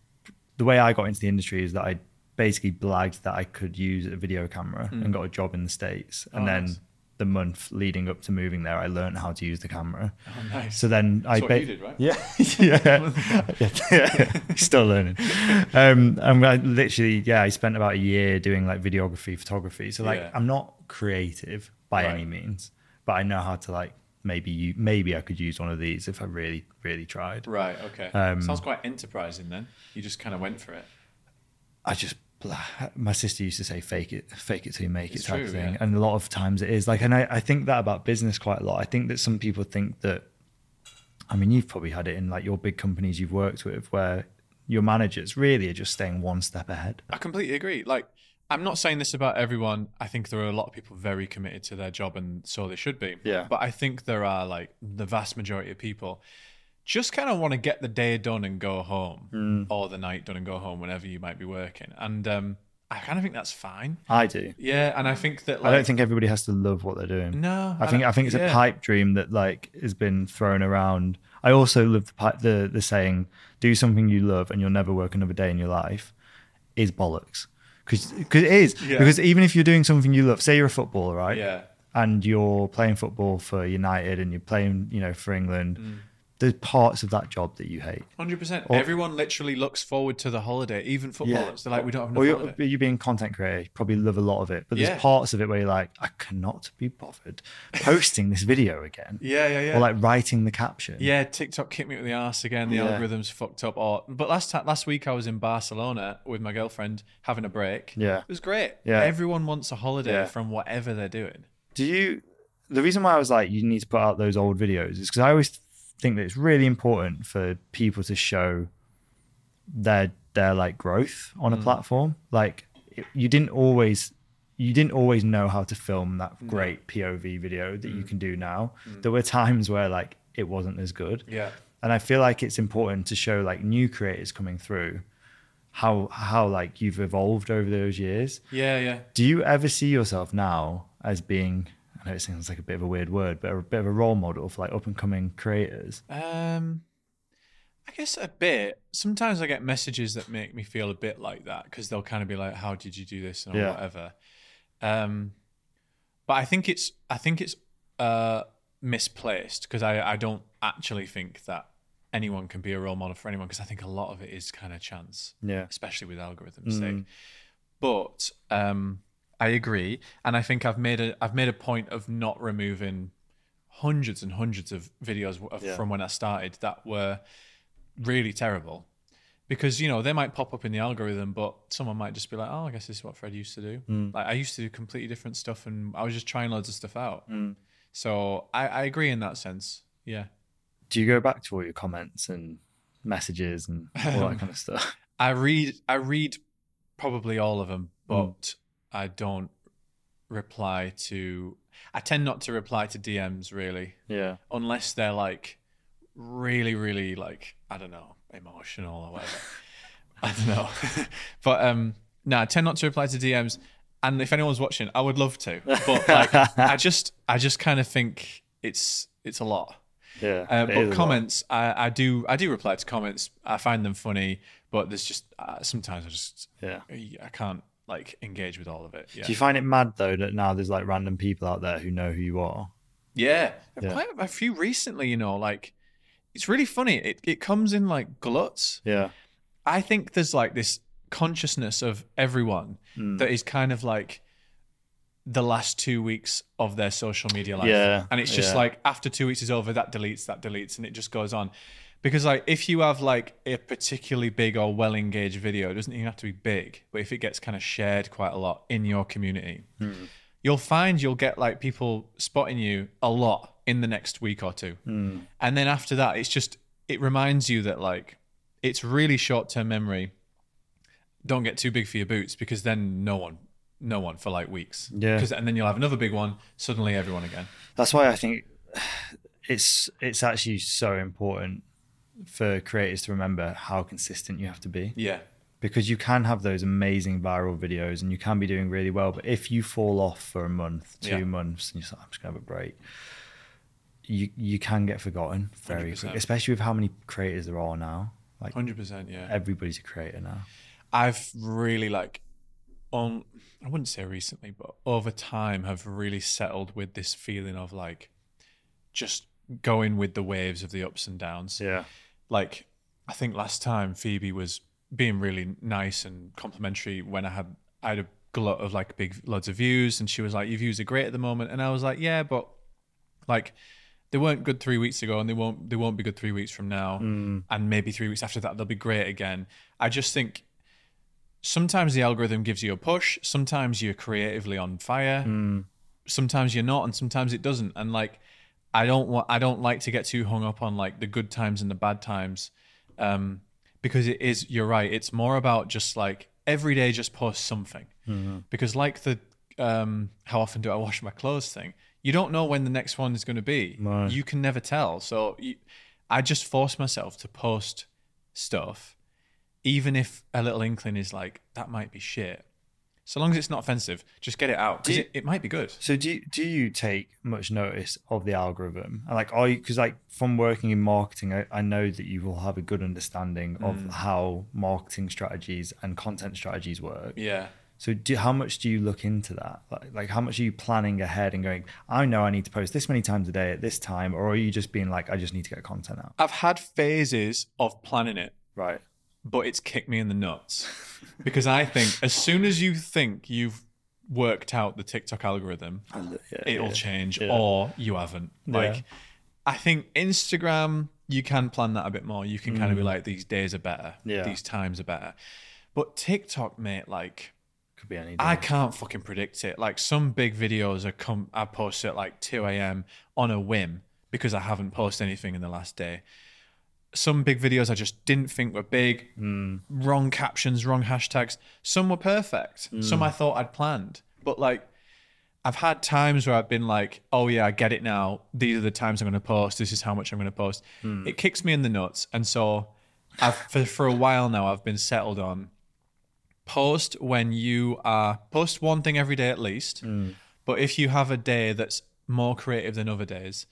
S2: the way I got into the industry is that I basically blagged that I could use a video camera and got a job in the states, and
S1: Hmm. Oh,
S2: then.
S1: nice.
S2: The month leading up to moving there, I learned how to use the camera.
S1: Oh, nice.
S2: So then I
S1: That's what
S2: ba-
S1: you did, right?
S2: yeah, yeah, yeah. Still learning. Um, and I literally, yeah, I spent about a year doing like videography, photography. So like,
S1: Yeah.
S2: I'm not creative by
S1: Right.
S2: any means, but I know how to like maybe you maybe I could use one of these if I really really tried.
S1: Right. Okay.
S2: Um,
S1: Sounds quite enterprising. Then you just kind of went for it.
S2: I just blah. my sister used to say fake it, fake it till you make
S1: It's
S2: it type
S1: true,
S2: of thing,
S1: yeah.
S2: and a lot of times it is like, and I, I think that about business quite a lot. I think that some people think that, I mean, you've probably had it in like your big companies you've worked with where your managers really are just staying one step ahead.
S1: I completely agree. Like, I'm not saying this about everyone. I think there are a lot of people very committed to their job, and so they should be.
S2: Yeah.
S1: But I think there are like the vast majority of people just kind of want to get the day done and go home,
S2: Hmm.
S1: or the night done and go home whenever you might be working. And um, I kind of think that's fine.
S2: I do.
S1: Yeah, and I think that like
S2: I don't think everybody has to love what they're doing.
S1: no,
S2: I think I think it's a
S1: yeah.
S2: pipe dream that like has been thrown around. I also love the pi- the the saying, "Do something you love, and you'll never work another day in your life," is bollocks. Because it is
S1: Yeah.
S2: because even if you're doing something you love, say you're a footballer, right?
S1: Yeah,
S2: And you're playing football for United, and you're playing, you know, for England.
S1: Mm.
S2: There's parts of that job that you hate.
S1: hundred percent. Everyone literally looks forward to the holiday, even footballers. They're like, we don't have enough
S2: Or you're,
S1: holiday.
S2: you being content creator, you probably love a lot of it, but
S1: Yeah.
S2: there's parts of it where you're like, I cannot be bothered posting this video again,
S1: Yeah, yeah, yeah.
S2: or like writing the caption.
S1: Yeah, TikTok kicked me with the ass again. The
S2: Yeah.
S1: algorithm's fucked up. Or but last time, last week I was in Barcelona with my girlfriend having a break.
S2: Yeah.
S1: it was great.
S2: Yeah.
S1: everyone wants a holiday
S2: Yeah.
S1: from whatever they're doing.
S2: do you the reason why i was like you need to put out those old videos is because i always think that it's really important for people to show their their like growth on
S1: Mm.
S2: a platform like it, you didn't always you didn't always know how to film that great pov video that you
S1: Mm.
S2: can do now there were times where like it wasn't as good
S1: Yeah,
S2: and i feel like it's important to show like new creators coming through how how like you've evolved over those years
S1: yeah, yeah.
S2: do you ever see yourself now as being, I know it sounds like a bit of a weird word, but a bit of a role model for like up and coming creators?
S1: Um, I guess a bit. Sometimes I get messages that make me feel a bit like that because they'll kind of be like, "How did you do this?" and or
S2: Yeah.
S1: whatever. Um, but I think it's I think it's uh misplaced because I I don't actually think that anyone can be a role model for anyone because I think a lot of it is kind of chance
S2: Yeah.
S1: especially with algorithms sake. But um, I agree, and I think I've made a I've made a point of not removing hundreds and hundreds of videos w- of,
S2: Yeah.
S1: from when I started that were really terrible, because you know they might pop up in the algorithm, but someone might just be like, "Oh, I guess this is what Fred used to do."
S2: Hmm.
S1: Like I used to do completely different stuff, and I was just trying loads of stuff out. So I, I agree in that sense. Yeah.
S2: Do you go back to all your comments and messages and all that kind of stuff?
S1: I read I read probably all of them, but I don't reply to I tend not to reply to DMs really
S2: Yeah.
S1: unless they're like really really like I don't know emotional or whatever. I don't know. but um no, I tend not to reply to DMs and if anyone's watching, I would love to. But like I just I just kind of think it's it's a lot.
S2: Yeah.
S1: Uh, but comments, I, I do I do reply to comments. I find them funny, but there's just uh, sometimes I just
S2: Yeah.
S1: I can't like engage with all of it. Yeah.
S2: Do you find it mad though that now there's like random people out there who know who you are?
S1: Yeah.
S2: Yeah.
S1: Quite a few recently, you know, like it's really funny. It it comes in like gluts.
S2: Yeah.
S1: I think there's like this consciousness of everyone
S2: Mm.
S1: that is kind of like the last two weeks of their social media life.
S2: Yeah,
S1: And it's just
S2: yeah.
S1: like after two weeks is over, that deletes, that deletes, and it just goes on. Because like if you have like a particularly big or well engaged video, it doesn't even have to be big, but if it gets kind of shared quite a lot in your community,
S2: Hmm.
S1: you'll find you'll get like people spotting you a lot in the next week or two.
S2: Hmm.
S1: And then after that, it's just it reminds you that like it's really short term memory. Don't get too big for your boots because then no one, no one for like weeks.
S2: Yeah.
S1: 'Cause- and then you'll have another big one. Suddenly everyone again.
S2: That's why I think it's it's actually so important for creators to remember how consistent you have to be
S1: Yeah.
S2: because you can have those amazing viral videos and you can be doing really well, but if you fall off for a month, two
S1: Yeah.
S2: months, and you're just like, I'm just gonna have a break, you you can get forgotten very
S1: 100%.
S2: quickly, especially with how many creators there are now. Like
S1: Hundred percent. Yeah.
S2: everybody's a creator now.
S1: I've really like on I wouldn't say recently, but over time have really settled with this feeling of like just going with the waves of the ups and downs.
S2: Yeah,
S1: Like I think last time Phoebe was being really nice and complimentary when I had I had a glut of like big loads of views and she was like, Your views are great at the moment and I was like, Yeah, but like they weren't good three weeks ago and they won't they won't be good three weeks from now and maybe three weeks after that they'll be great again i just think sometimes the algorithm gives you a push sometimes you're creatively on fire
S2: Mm-hmm.
S1: sometimes you're not and sometimes it doesn't and like i don't want i don't like to get too hung up on like the good times and the bad times um because it is you're right it's more about just like every day just post something because like the um how often do i wash my clothes thing you don't know when the next one is going to be
S2: No.
S1: you can never tell so you, i just force myself to post stuff even if a little inkling is like that might be shit so long as it's not offensive just get it out 'cause
S2: Do you-
S1: it, it might be good
S2: So do you, do you take much notice of the algorithm? And like, are you because like from working in marketing, I, I know that you will have a good understanding of how marketing strategies and content strategies work.
S1: yeah
S2: So do how much do you look into that? Like, like how much are you planning ahead and going? I know I need to post this many times a day at this time, or are you just being like, I just need to get content out?
S1: I've had phases of planning it,
S2: Right.
S1: but it's kicked me in the nuts because I think as soon as you think you've worked out the TikTok algorithm, it'll change or you haven't. Like,
S2: Yeah.
S1: I think Instagram, you can plan that a bit more. You can kind of be like, these days are better,
S2: Mm. Yeah.
S1: these times are better. But TikTok, mate, like,
S2: Could be any day.
S1: I can't fucking predict it. Like some big videos are come I post at like 2 a.m. on a whim because I haven't posted anything in the last day. Some big videos I just didn't think were big, wrong captions, wrong hashtags. Some were perfect. Some I thought I'd planned. But like I've had times where I've been like, oh yeah, I get it now. These are the times I'm going to post. This is how much I'm going to post. It kicks me in the nuts. And so I've, for, for a while now, I've been settled on post when you are, post one thing every day at least.
S2: Mm.
S1: But if you have a day that's more creative than other days,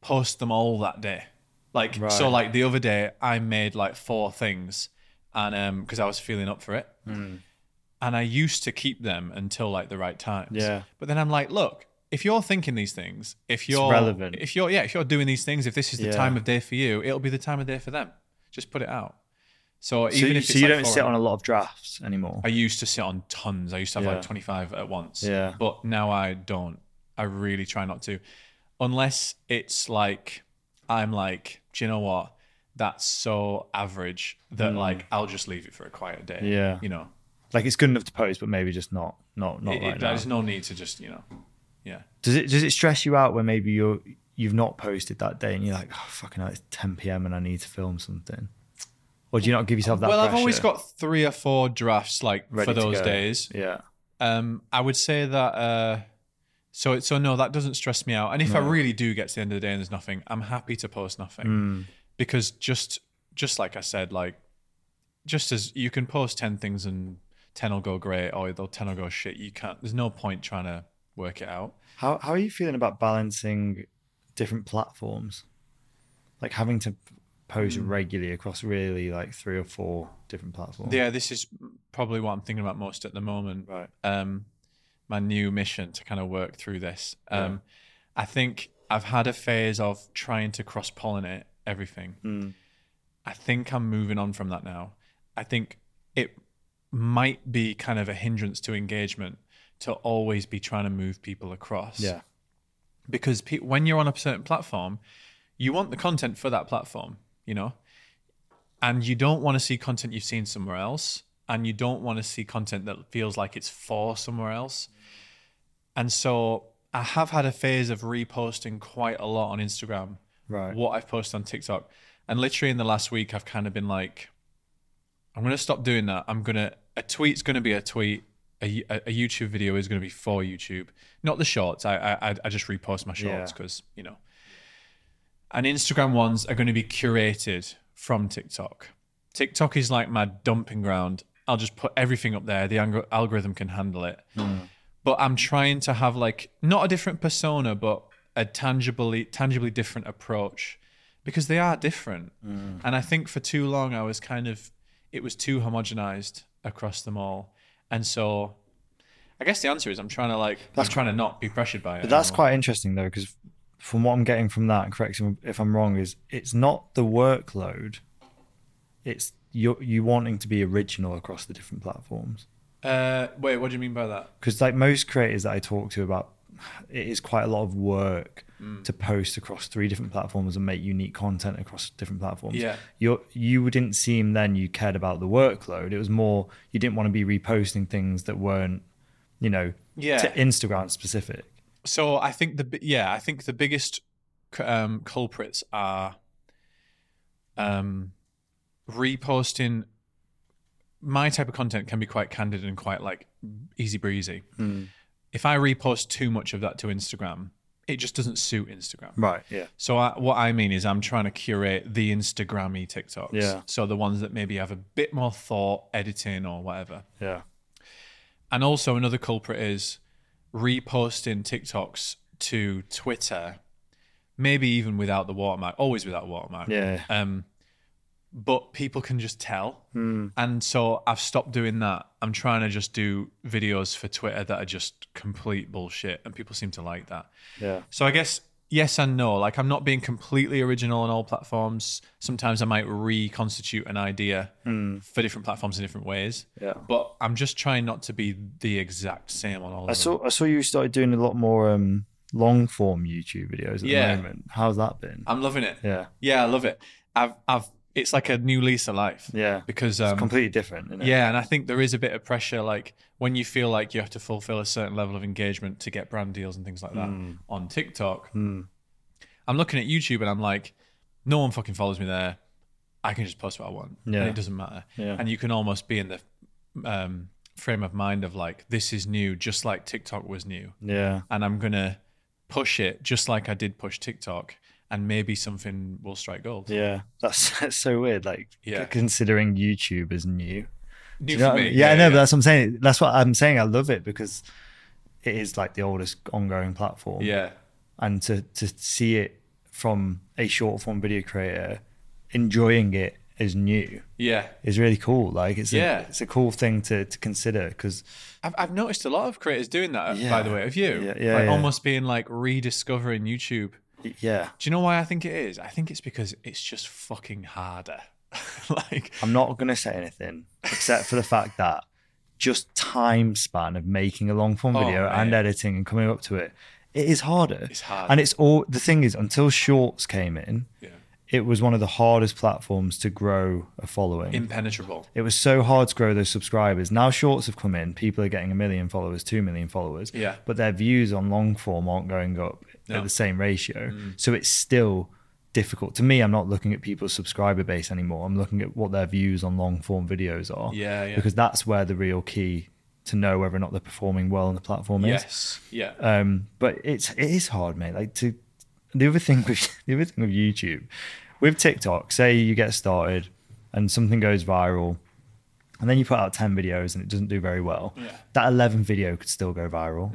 S1: post them all that day. Like, so
S2: Right.
S1: like the other day, I made like four things and um because I was feeling up for it
S2: Mm.
S1: and I used to keep them until like the right times.
S2: Yeah.
S1: But then I'm like, look, if you're thinking these things, if you're
S2: relevant.
S1: if you're yeah, if you're doing these things, if this is the
S2: Yeah.
S1: time of day for you, it'll be the time of day for them. Just put it out. So even
S2: so you,
S1: if it's
S2: so you
S1: like
S2: don't
S1: four-
S2: sit on a lot of drafts anymore.
S1: I used to sit on tons. I used to have
S2: Yeah.
S1: like 25 at once.
S2: Yeah.
S1: But now I don't. I really try not to. Unless it's like, I'm like, do you know what? That's so average that like I'll just leave it for a quiet day.
S2: Hmm. Yeah.
S1: You know,
S2: like it's good enough to post, but maybe just not, not, not
S1: It- it-
S2: right now.
S1: there's no need to just, you know, yeah.
S2: Does it does it stress you out when maybe you're you've not posted that day and you're like, oh fucking hell, it's 10 p.m. and I need to film something? Or do you not give yourself that?
S1: well, I've
S2: pressure?
S1: always got three or four drafts like
S2: Ready
S1: for
S2: to
S1: those
S2: go.
S1: days.
S2: yeah.
S1: Um, I would say that. Uh, so so no, that doesn't stress me out. And if I really do get to the end of the day and there's nothing, I'm happy to post nothing because just just like I said, like just as you can post ten things and ten will go great or they'll ten will go shit. You can't. There's no point trying to work it out.
S2: How how are you feeling about balancing different platforms? Like having
S1: Hmm.
S2: to post regularly across really like three or four different platforms.
S1: Yeah, this is probably what I'm thinking about most at the moment.
S2: Right.
S1: Um, my new mission to kind of work through this. Um, I think I've had a phase of trying to cross pollinate everything.
S2: Mm.
S1: I think I'm moving on from that now. I think it might be kind of a hindrance to engagement to always be trying to move people across
S2: Yeah.
S1: because pe- when you're on a certain platform, you want the content for that platform, you know, and you don't want to see content you've seen somewhere else, and you don't want to see content that feels like it's for somewhere else. And so I have had a phase of reposting quite a lot on Instagram,
S2: Right.
S1: what I've posted on TikTok, and literally in the last week, I've kind of been like, I'm gonna stop doing that. I'm gonna a tweet's gonna be a tweet. A, a YouTube video is going to be for YouTube, not the shorts. I I, I- I just repost my shorts
S2: Yeah.
S1: because you know. And Instagram ones are going to be curated from TikTok. TikTok is like my dumping ground. I'll just put everything up there. The ang- algorithm can handle it.
S2: Hmm.
S1: But I'm trying to have like not a different persona, but a tangibly tangibly different approach because they are different.
S2: Mm.
S1: And I think for too long I was kind of it was too homogenized across them all. And so I guess the answer is I'm trying to like I'm trying to not be pressured by it.
S2: But that's
S1: anymore.
S2: quite interesting though, because from what I'm getting from that, and correct me if I'm wrong, is it's not the workload, it's you you wanting to be original across the different platforms.
S1: Uh, wait, what do you mean by that?
S2: Because like most creators that I talk to about, it is quite a lot of work
S1: Mm.
S2: to post across three different platforms and make unique content across different platforms.
S1: Yeah.
S2: you you didn't seem then you cared about the workload. It was more you didn't want to be reposting things that weren't, you know,
S1: Yeah.
S2: to Instagram specific.
S1: so I think the bi- yeah, I think the biggest c- um, culprits are um, reposting. My type of content can be quite candid and quite like easy breezy. If I repost too much of that to Instagram, it just doesn't suit Instagram.
S2: Right. Yeah.
S1: So I, what I mean is, I'm trying to curate the Instagrammy TikToks.
S2: Yeah.
S1: So the ones that maybe have a bit more thought, editing, or whatever.
S2: Yeah.
S1: And also another culprit is reposting TikToks to Twitter, maybe even without the watermark, always without watermark.
S2: Yeah.
S1: Um, but people can just tell. And so I've stopped doing that. I'm trying to just do videos for Twitter that are just complete bullshit. And people seem to like that.
S2: Yeah.
S1: So I guess yes and no. Like I'm not being completely original on all platforms. Sometimes I might reconstitute an idea
S2: Mm.
S1: for different platforms in different ways.
S2: Yeah.
S1: But I'm just trying not to be the exact same on all.
S2: I
S1: of them.
S2: saw I saw you started doing a lot more um, long form YouTube videos at
S1: Yeah. Uh,
S2: the moment. How's that been?
S1: I'm loving it.
S2: yeah,
S1: Yeah, I love it. I've I've it's like a new lease of life
S2: yeah,
S1: because um,
S2: completely different. Isn't it?
S1: Yeah, and I think there is a bit of pressure, like when you feel like you have to fulfill a certain level of engagement to get brand deals and things like that on TikTok.
S2: Mm.
S1: I'm looking at YouTube and I'm like, no one fucking follows me there. I can just post what I want,
S2: Yeah.
S1: and it doesn't matter.
S2: Yeah.
S1: And you can almost be in the um, frame of mind of like, this is new, just like TikTok was new,
S2: yeah,
S1: and I'm gonna push it just like I did push TikTok, and maybe something will strike gold.
S2: yeah. That's, that's so weird. Like,
S1: Yeah.
S2: considering YouTube is new.
S1: New
S2: You know
S1: for
S2: what I
S1: me.
S2: mean? Yeah, I know. But that's what I'm saying. That's what I'm saying. I love it because it is like the oldest ongoing platform.
S1: yeah.
S2: and to to see it from a short form video creator enjoying it is new
S1: yeah.
S2: is really cool. Like, it's
S1: Yeah.
S2: a, it's a cool thing to to consider because.
S1: I've, I've noticed a lot of creators doing that, by
S2: Yeah.
S1: the way, of you.
S2: Yeah, yeah,
S1: like
S2: yeah.
S1: almost being like rediscovering YouTube.
S2: Yeah,
S1: Do you know why I think it is? I think it's because it's just fucking harder. like,
S2: I'm not going to say anything except for the fact that just time span of making a long form
S1: Oh,
S2: video and
S1: mate.
S2: editing and coming up to it, it is harder.
S1: It's harder.
S2: And it's all the thing is until shorts came in,
S1: yeah.
S2: it was one of the hardest platforms to grow a following.
S1: impenetrable.
S2: it was so hard to grow those subscribers. Now shorts have come in, people are getting a million followers, two million followers,
S1: Yeah.
S2: but their views on long form aren't going up
S1: No. Mm.
S2: at the same ratio. So it's still difficult. To me, I'm not looking at people's subscriber base anymore. I'm looking at what their views on long form videos are.
S1: Yeah, yeah.
S2: Because that's where the real key to know whether or not they're performing well on the platform is.
S1: Yes. Yeah.
S2: Um, but it's it is hard, mate. Like to the other thing with the other thing with YouTube, with TikTok, say you get started and something goes viral, and then you put out ten videos and it doesn't do very well.
S1: Yeah. Mm.
S2: That eleven video could still go viral.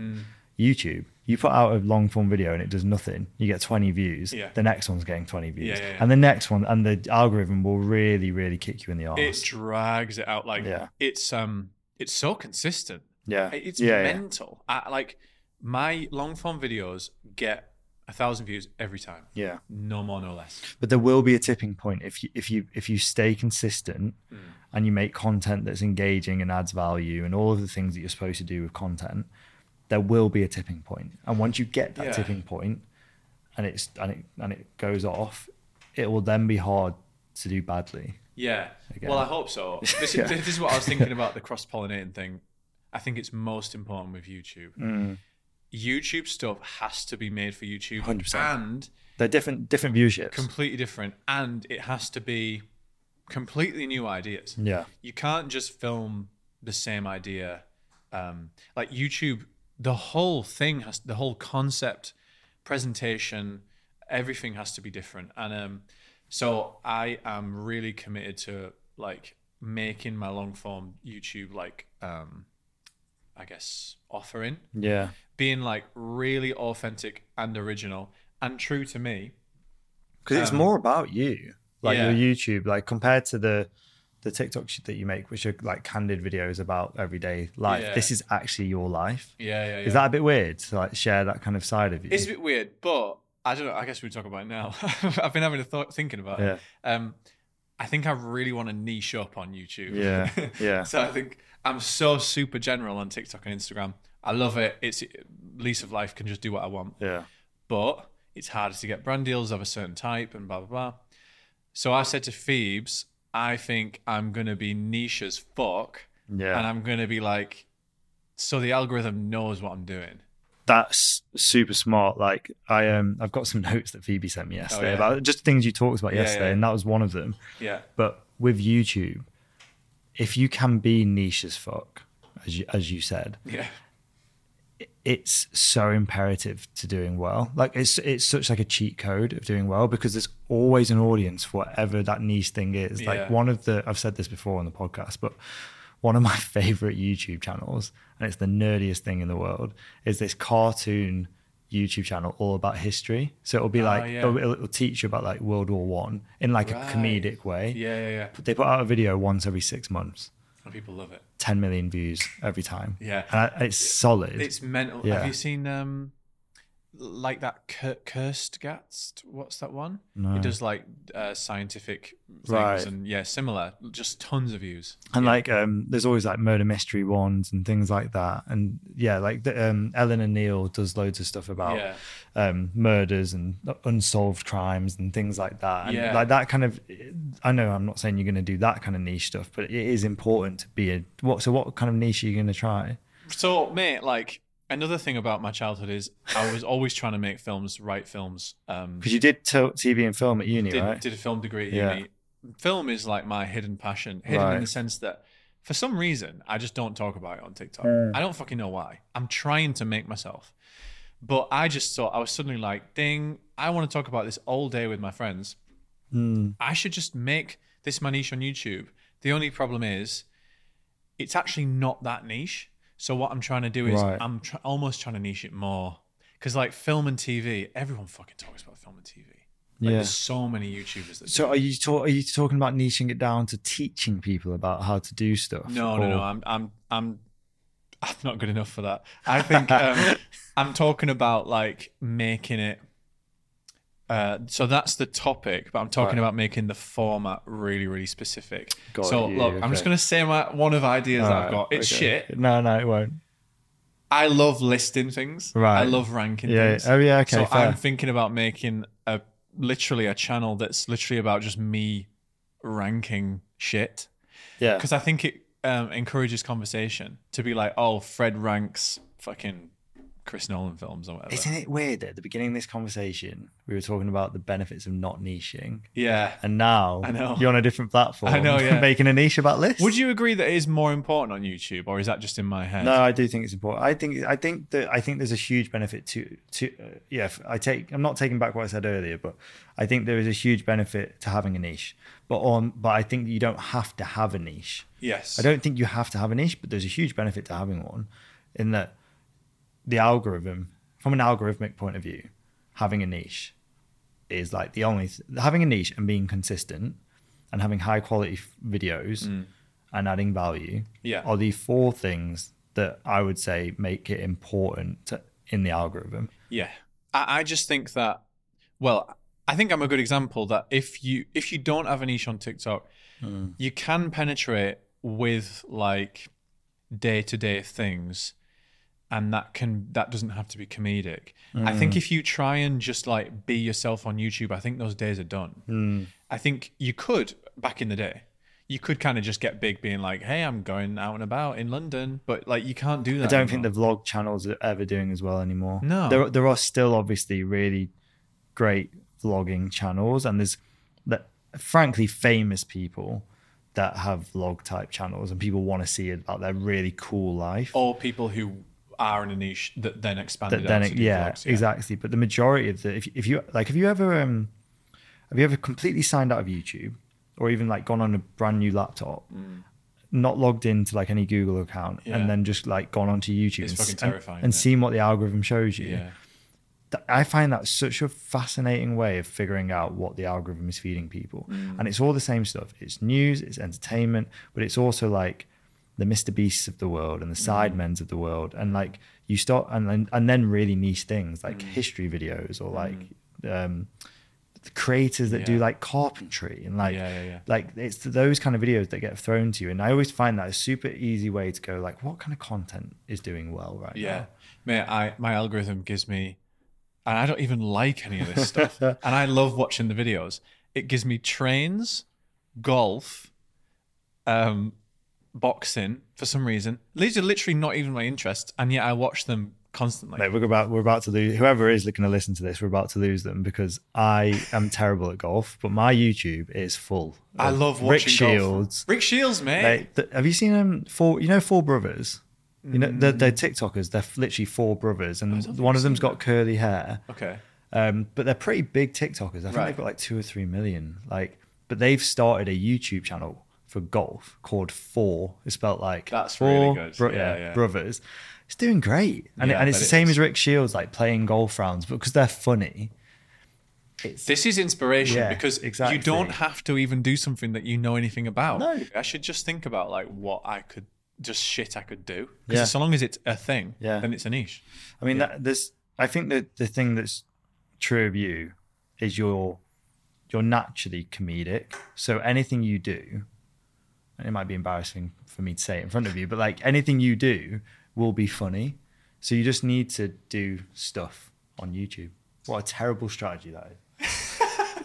S2: YouTube, You put out a long form video and it does nothing. You get 20 views.
S1: Yeah.
S2: The next one's getting 20 views.
S1: yeah, yeah.
S2: And the next one, and the algorithm will really, really kick you in the arse.
S1: It drags it out like
S2: Yeah.
S1: it's um it's so consistent.
S2: yeah.
S1: It's
S2: yeah, yeah.
S1: mental. I, like my long form videos get a thousand views every time,
S2: Yeah.
S1: no more, no less.
S2: but there will be a tipping point if you if you if you stay consistent
S1: Mm.
S2: and you make content that's engaging and adds value and all of the things that you're supposed to do with content there will be a tipping point and once you get that
S1: Yeah.
S2: tipping point and it's and it and it goes off it will then be hard to do badly
S1: Yeah.
S2: Again.
S1: Well, I hope so. This,
S2: Yeah.
S1: this is what I was thinking about the cross pollinating thing. I think it's most important with YouTube.
S2: Mm.
S1: YouTube stuff has to be made for YouTube
S2: 100%.
S1: and
S2: they're different different viewerships
S1: completely different, and it has to be completely new ideas.
S2: yeah
S1: you can't just film the same idea um, like youtube the whole thing has the whole concept presentation everything has to be different and um, so i am really committed to like making my long form youtube like um, i guess offering
S2: yeah
S1: being like really authentic and original and true to me
S2: because it's
S1: Um,
S2: more about you like
S1: yeah.
S2: your youtube like compared to the the tiktok that you make which are like candid videos about everyday life
S1: Yeah.
S2: this is actually your life
S1: yeah yeah, yeah.
S2: is that a bit weird to like share that kind of side of you
S1: it's a bit weird but i don't know i guess we talk about it now i've been having a thought thinking about it
S2: yeah
S1: um, I think I really want to niche up on YouTube.
S2: Yeah, yeah.
S1: so I think I'm so super general on TikTok and Instagram. I love it. It's lease of life can just do what I want,
S2: yeah
S1: but it's harder to get brand deals of a certain type and blah blah blah. So I said to Phoebes, I think I'm gonna be niche as fuck,
S2: yeah
S1: and I'm gonna be like, so the algorithm knows what I'm doing.
S2: that's super smart like i um i've got some notes that phoebe sent me yesterday
S1: Oh, yeah.
S2: about just things you talked about
S1: Yeah,
S2: yesterday
S1: yeah.
S2: and that was one of them
S1: Yeah,
S2: but with youtube if you can be niche as fuck as you, as you said
S1: yeah,
S2: it's so imperative to doing well. Like it's it's such like a cheat code of doing well because there's always an audience for whatever that niche thing is.
S1: Yeah.
S2: Like one of the I've said this before on the podcast, but one of my favorite YouTube channels, and it's the nerdiest thing in the world, is this cartoon YouTube channel all about history. So it'll be like
S1: Ah, yeah.
S2: it'll, it'll- it'll teach you about like World War One in like
S1: Right.
S2: a comedic way.
S1: yeah, yeah, yeah.
S2: They put out a video once every six months,
S1: And people love it.
S2: ten million views every time.
S1: Yeah.
S2: and I, it's solid.
S1: It's mental. Have
S2: yeah.
S1: you seen um like that Kur- Kirstgast? What's that one?
S2: No.
S1: It does like uh, scientific things
S2: Right.
S1: and yeah, similar. Just tons of views.
S2: and like um there's always like murder mystery ones and things like that and yeah like the, um ellen and neil does loads of stuff about
S1: Yeah.
S2: um murders and unsolved crimes and things like that and
S1: Yeah.
S2: like that kind of i know i'm not saying you're going to do that kind of niche stuff but it is important to be a what so what kind of niche are you going to try
S1: So, mate, like another thing about my childhood is I was always trying to make films, write films. Um,
S2: because you did t- tv and film at uni
S1: did,
S2: right
S1: did a film degree at
S2: Yeah.
S1: uni. Film is like my hidden passion, hidden in
S2: Right.
S1: the sense that for some reason I just don't talk about it on TikTok. I don't fucking know why. I'm trying to make myself. But I just thought I was suddenly like, ding, I want to talk about this all day with my friends.
S2: Mm,
S1: I should just make this my niche on YouTube. The only problem is it's actually not that niche. So what I'm trying to do is
S2: Right.
S1: I'm tr- almost trying to niche it more. Because like film and TV, everyone fucking talks about film and TV. Like,
S2: yeah
S1: There's so many YouTubers that.
S2: so are you ta- are you talking about niching it down to teaching people about how to do stuff
S1: no, no,
S2: Or-
S1: no. I'm, I'm, I'm, I'm not good enough for that. I think um, I'm talking about like making it. Uh, so that's the topic, but I'm talking
S2: Right.
S1: about making the format really, really specific.
S2: Got
S1: so
S2: you,
S1: look, I'm just
S2: okay.
S1: gonna say my one of ideas that I've
S2: Alright,
S1: got. It's
S2: okay.
S1: shit.
S2: no no it won't
S1: I love listing things. I
S2: Right.
S1: love ranking
S2: Yeah.
S1: things.
S2: Oh, yeah. Okay.
S1: so
S2: fair.
S1: I'm thinking about making a literally a channel that's literally about just me ranking shit.
S2: yeah.
S1: because I think it um, encourages conversation to be like, oh, Fred ranks fucking Chris Nolan films or whatever.
S2: Isn't it weird that at the beginning of this conversation we were talking about the benefits of not niching,
S1: yeah.
S2: and now
S1: I know.
S2: you're on a different platform.
S1: I know, yeah.
S2: making a niche about lists.
S1: Would you agree that it is more important on YouTube, or is that just in my head?
S2: No, I do think it's important. I think I think that I think there's a huge benefit to to uh, yeah. if I take I'm not taking back what I said earlier, but I think there is a huge benefit to having a niche. But on but I think you don't have to have a niche.
S1: Yes.
S2: I don't think you have to have a niche, but there's a huge benefit to having one in that the algorithm from an algorithmic point of view, having a niche is like the only th- having a niche and being consistent and having high quality f- videos and adding value
S1: Yeah.
S2: are the four things that I would say make it important to, in the algorithm.
S1: Yeah. I, I just think that well, I think I'm a good example that if you if you don't have a niche on TikTok,
S2: Hmm.
S1: you can penetrate with like day to day things and that can that doesn't have to be comedic. I
S2: Hmm.
S1: think if you try and just like be yourself on YouTube, I think those days are done.
S2: Hmm.
S1: I think you could back in the day. You could kind of just get big being like, "Hey, I'm going out and about in London," but like you can't do that.
S2: I don't think
S1: anymore.
S2: the vlog channels are ever doing as well anymore.
S1: No.
S2: there there are still obviously really great vlogging channels, and there's that frankly famous people that have vlog type channels, and people want to see about their really cool life.
S1: or people who are in a niche that then expanded
S2: that
S1: out
S2: then
S1: to
S2: it,
S1: do
S2: yeah,
S1: vlogs,
S2: exactly. But the majority of the if if you like have you ever um have you ever completely signed out of YouTube or even like gone on a brand new laptop? Not logged into like any Google account
S1: Yeah.
S2: and then just like gone onto YouTube
S1: It's
S2: and,
S1: fucking
S2: s- and-
S1: terrifying,
S2: and
S1: yeah.
S2: seen what the algorithm shows you.
S1: yeah
S2: Th- I find that such a fascinating way of figuring out what the algorithm is feeding people. And it's all the same stuff. It's news, it's entertainment, but it's also like the Mr. Beasts of the world and the Sidemen's of the world. And like you start and then and then really niche things like history videos or like um the creators that do
S1: Yeah.
S2: like carpentry and like
S1: Yeah, yeah, yeah.
S2: like it's those kind of videos that get thrown to you. And I always find that a super easy way to go like what kind of content is doing well right
S1: yeah
S2: now?
S1: mate i my algorithm gives me and i don't even like any of this stuff and i love watching the videos it gives me trains golf um boxing for some reason these are literally not even my interests and yet i watch them constantly
S2: Mate, we're about we're about to lose whoever is looking to listen to this. We're about to lose them because I am terrible at golf, but my YouTube is full.
S1: i
S2: of
S1: love watching
S2: Rick
S1: golf.
S2: Shields.
S1: rick shields mate
S2: Like, th- have you seen them? Four, you know, four brothers. You know, they're, they're
S1: Mm.
S2: TikTokers. They're f- literally four brothers, and one of them's got curly hair.
S1: okay
S2: Um, but they're pretty big TikTokers. I think
S1: Right.
S2: they've got like two or three million. Like, but they've started a YouTube channel for golf called Four. It's spelled like
S1: That's
S2: Four
S1: really good.
S2: Bro-
S1: Yeah,
S2: yeah,
S1: yeah.
S2: brothers. It's doing great, and
S1: Yeah, I
S2: and it's
S1: bet
S2: the
S1: it
S2: same
S1: is.
S2: as Rick Shields, like playing golf rounds, but because they're funny.
S1: This is inspiration
S2: Yeah,
S1: because
S2: exactly.
S1: you don't have to even do something that you know anything about.
S2: No.
S1: I should just think about like what I could just shit I could do. Because
S2: Yeah.
S1: so long as it's a thing,
S2: Yeah.
S1: then it's a niche.
S2: I mean, that, this. I think that the thing that's true of you is you're you're naturally comedic. So anything you do, and it might be embarrassing for me to say it in front of you, but like anything you do will be funny. So you just need to do stuff on YouTube. What a terrible strategy that is.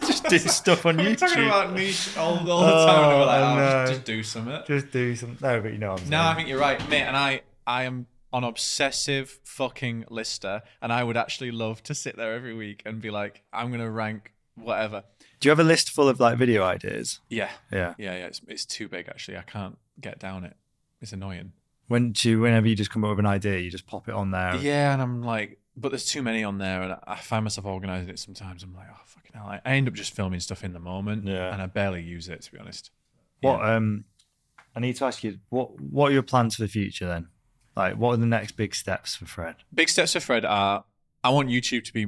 S2: just do stuff on YouTube.
S1: niche all, all
S2: the time, and we're like, Oh, oh, just- no.
S1: just do something.
S2: just do some. No, but you know what I'm saying.
S1: No, I think you're right, mate. And I, I am an obsessive fucking lister, and I would actually love to sit there every week and be like, I'm gonna rank whatever.
S2: do you have a list full of like video ideas?
S1: Yeah,
S2: Yeah.
S1: yeah, yeah. It's it's too big actually. I can't get down it. It's annoying.
S2: When do you, whenever you just come up with an idea, you just pop it on there.
S1: Yeah, and I'm like, but there's too many on there, and I- I find myself organizing it sometimes. I'm like, oh fucking hell! I I end up just filming stuff in the moment,
S2: Yeah.
S1: and I barely use it to be honest.
S2: What um, I need to ask you what what are your plans for the future then? Like, what are the next big steps for Fred?
S1: Big steps for Fred are: I want YouTube to be.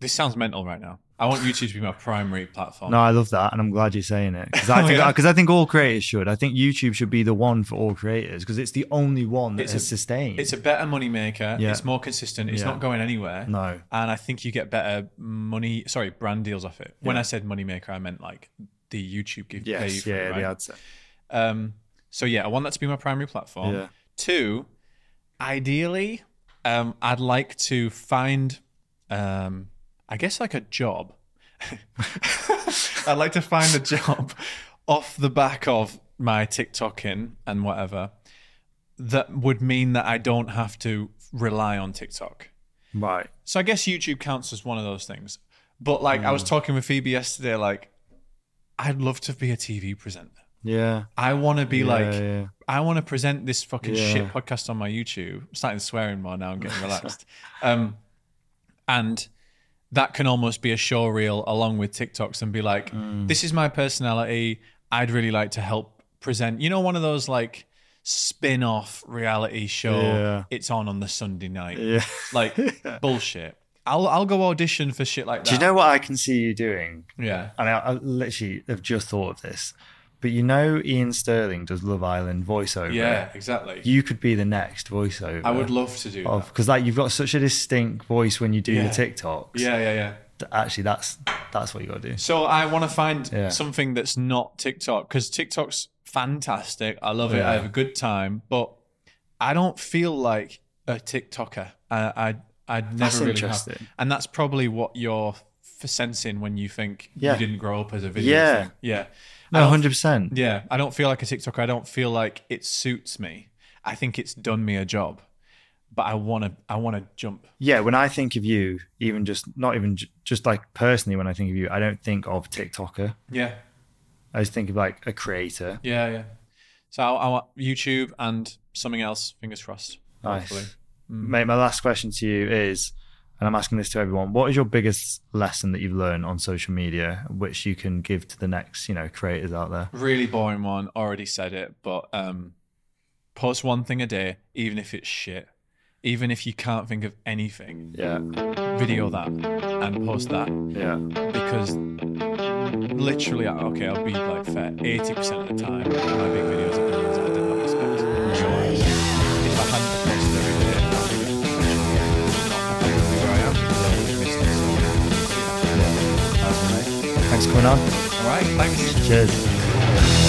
S1: This sounds mental right now. I want YouTube to be my primary platform.
S2: No, I love that, and I'm glad you're saying it because I
S1: Oh,
S2: think
S1: yeah?
S2: because I think all creators should. I think YouTube should be the one for all creators because it's the only one that
S1: It's
S2: has
S1: a-
S2: sustained.
S1: It's a better money maker.
S2: Yeah.
S1: It's more consistent. It's
S2: Yeah.
S1: not going anywhere.
S2: no,
S1: And I think you get better money. Sorry, brand deals off it. When
S2: Yeah.
S1: I said money maker, I meant like the YouTube give pay you
S2: yes,
S1: for it,
S2: yeah,
S1: right?
S2: the ad set.
S1: Um, so yeah, I want that to be my primary platform.
S2: Yeah.
S1: Two, ideally, um, I'd like to find, um, I guess, like a job. I'd like to find a job off the back of my TikToking and whatever that would mean that I don't have to rely on TikTok.
S2: right?
S1: So I guess YouTube counts as one of those things. But like
S2: Mm.
S1: I was talking with Phoebe yesterday, like I'd love to be a TV presenter.
S2: Yeah,
S1: I want to be
S2: yeah,
S1: like,
S2: yeah.
S1: I want to present this fucking
S2: Yeah.
S1: shit podcast on my YouTube. I'm starting swearing more now. I'm getting relaxed. um, and that can almost be a show reel along with TikToks and be like,
S2: Mm.
S1: this is my personality. I'd really like to help present. You know, one of those like spin off reality show.
S2: Yeah.
S1: It's on on the Sunday night.
S2: Yeah.
S1: Like bullshit. I'll I'll go audition for shit like that.
S2: Do you know what I can see you doing?
S1: Yeah.
S2: And I, I literally have just thought of this. But you know, Ian Sterling does Love Island voiceover.
S1: Yeah, exactly.
S2: You could be the next voiceover.
S1: I would love to do that.
S2: Because like you've got such a distinct voice when you do
S1: Yeah.
S2: the TikToks.
S1: Yeah, yeah, yeah.
S2: Th- Actually, that's that's what you got to do.
S1: So I want to find
S2: Yeah.
S1: something that's not TikTok because TikTok's fantastic. I love it.
S2: Yeah.
S1: I have a good time, but I don't feel like a TikToker. I I I'd never
S2: That's
S1: really
S2: interesting.
S1: have. And that's probably what you're f- sensing when you think
S2: Yeah.
S1: you didn't grow up as a video.
S2: Yeah.
S1: thing. yeah, I
S2: No,
S1: don't-
S2: hundred percent.
S1: yeah. I don't feel like a TikToker. I don't feel like it suits me. I think it's done me a job, but I want to. I want to jump.
S2: Yeah. When I think of you, even just not even j- just like personally, when I think of you, I don't think of TikToker.
S1: Yeah,
S2: I just think of like a creator.
S1: yeah, yeah. So I, I want YouTube and something else. Fingers crossed.
S2: Nice.
S1: Hopefully.
S2: Mate, my last question to you is, and I'm asking this to everyone: What is your biggest lesson that you've learned on social media, which you can give to the next, you know, creators out there?
S1: Really boring one. Already said it, but um, post one thing a day, even if it's shit. Even if you can't think of anything,
S2: Yeah,
S1: video that and post that
S2: yeah,
S1: because literally, okay, I'll be like fair. Eighty percent of the time, my big videos are the ones I did not expect. Sure. If I hadn't posted every day, I would be not probably where I am. I would have missed it.
S2: Thanks for coming on.
S1: All right, thanks.
S2: Cheers.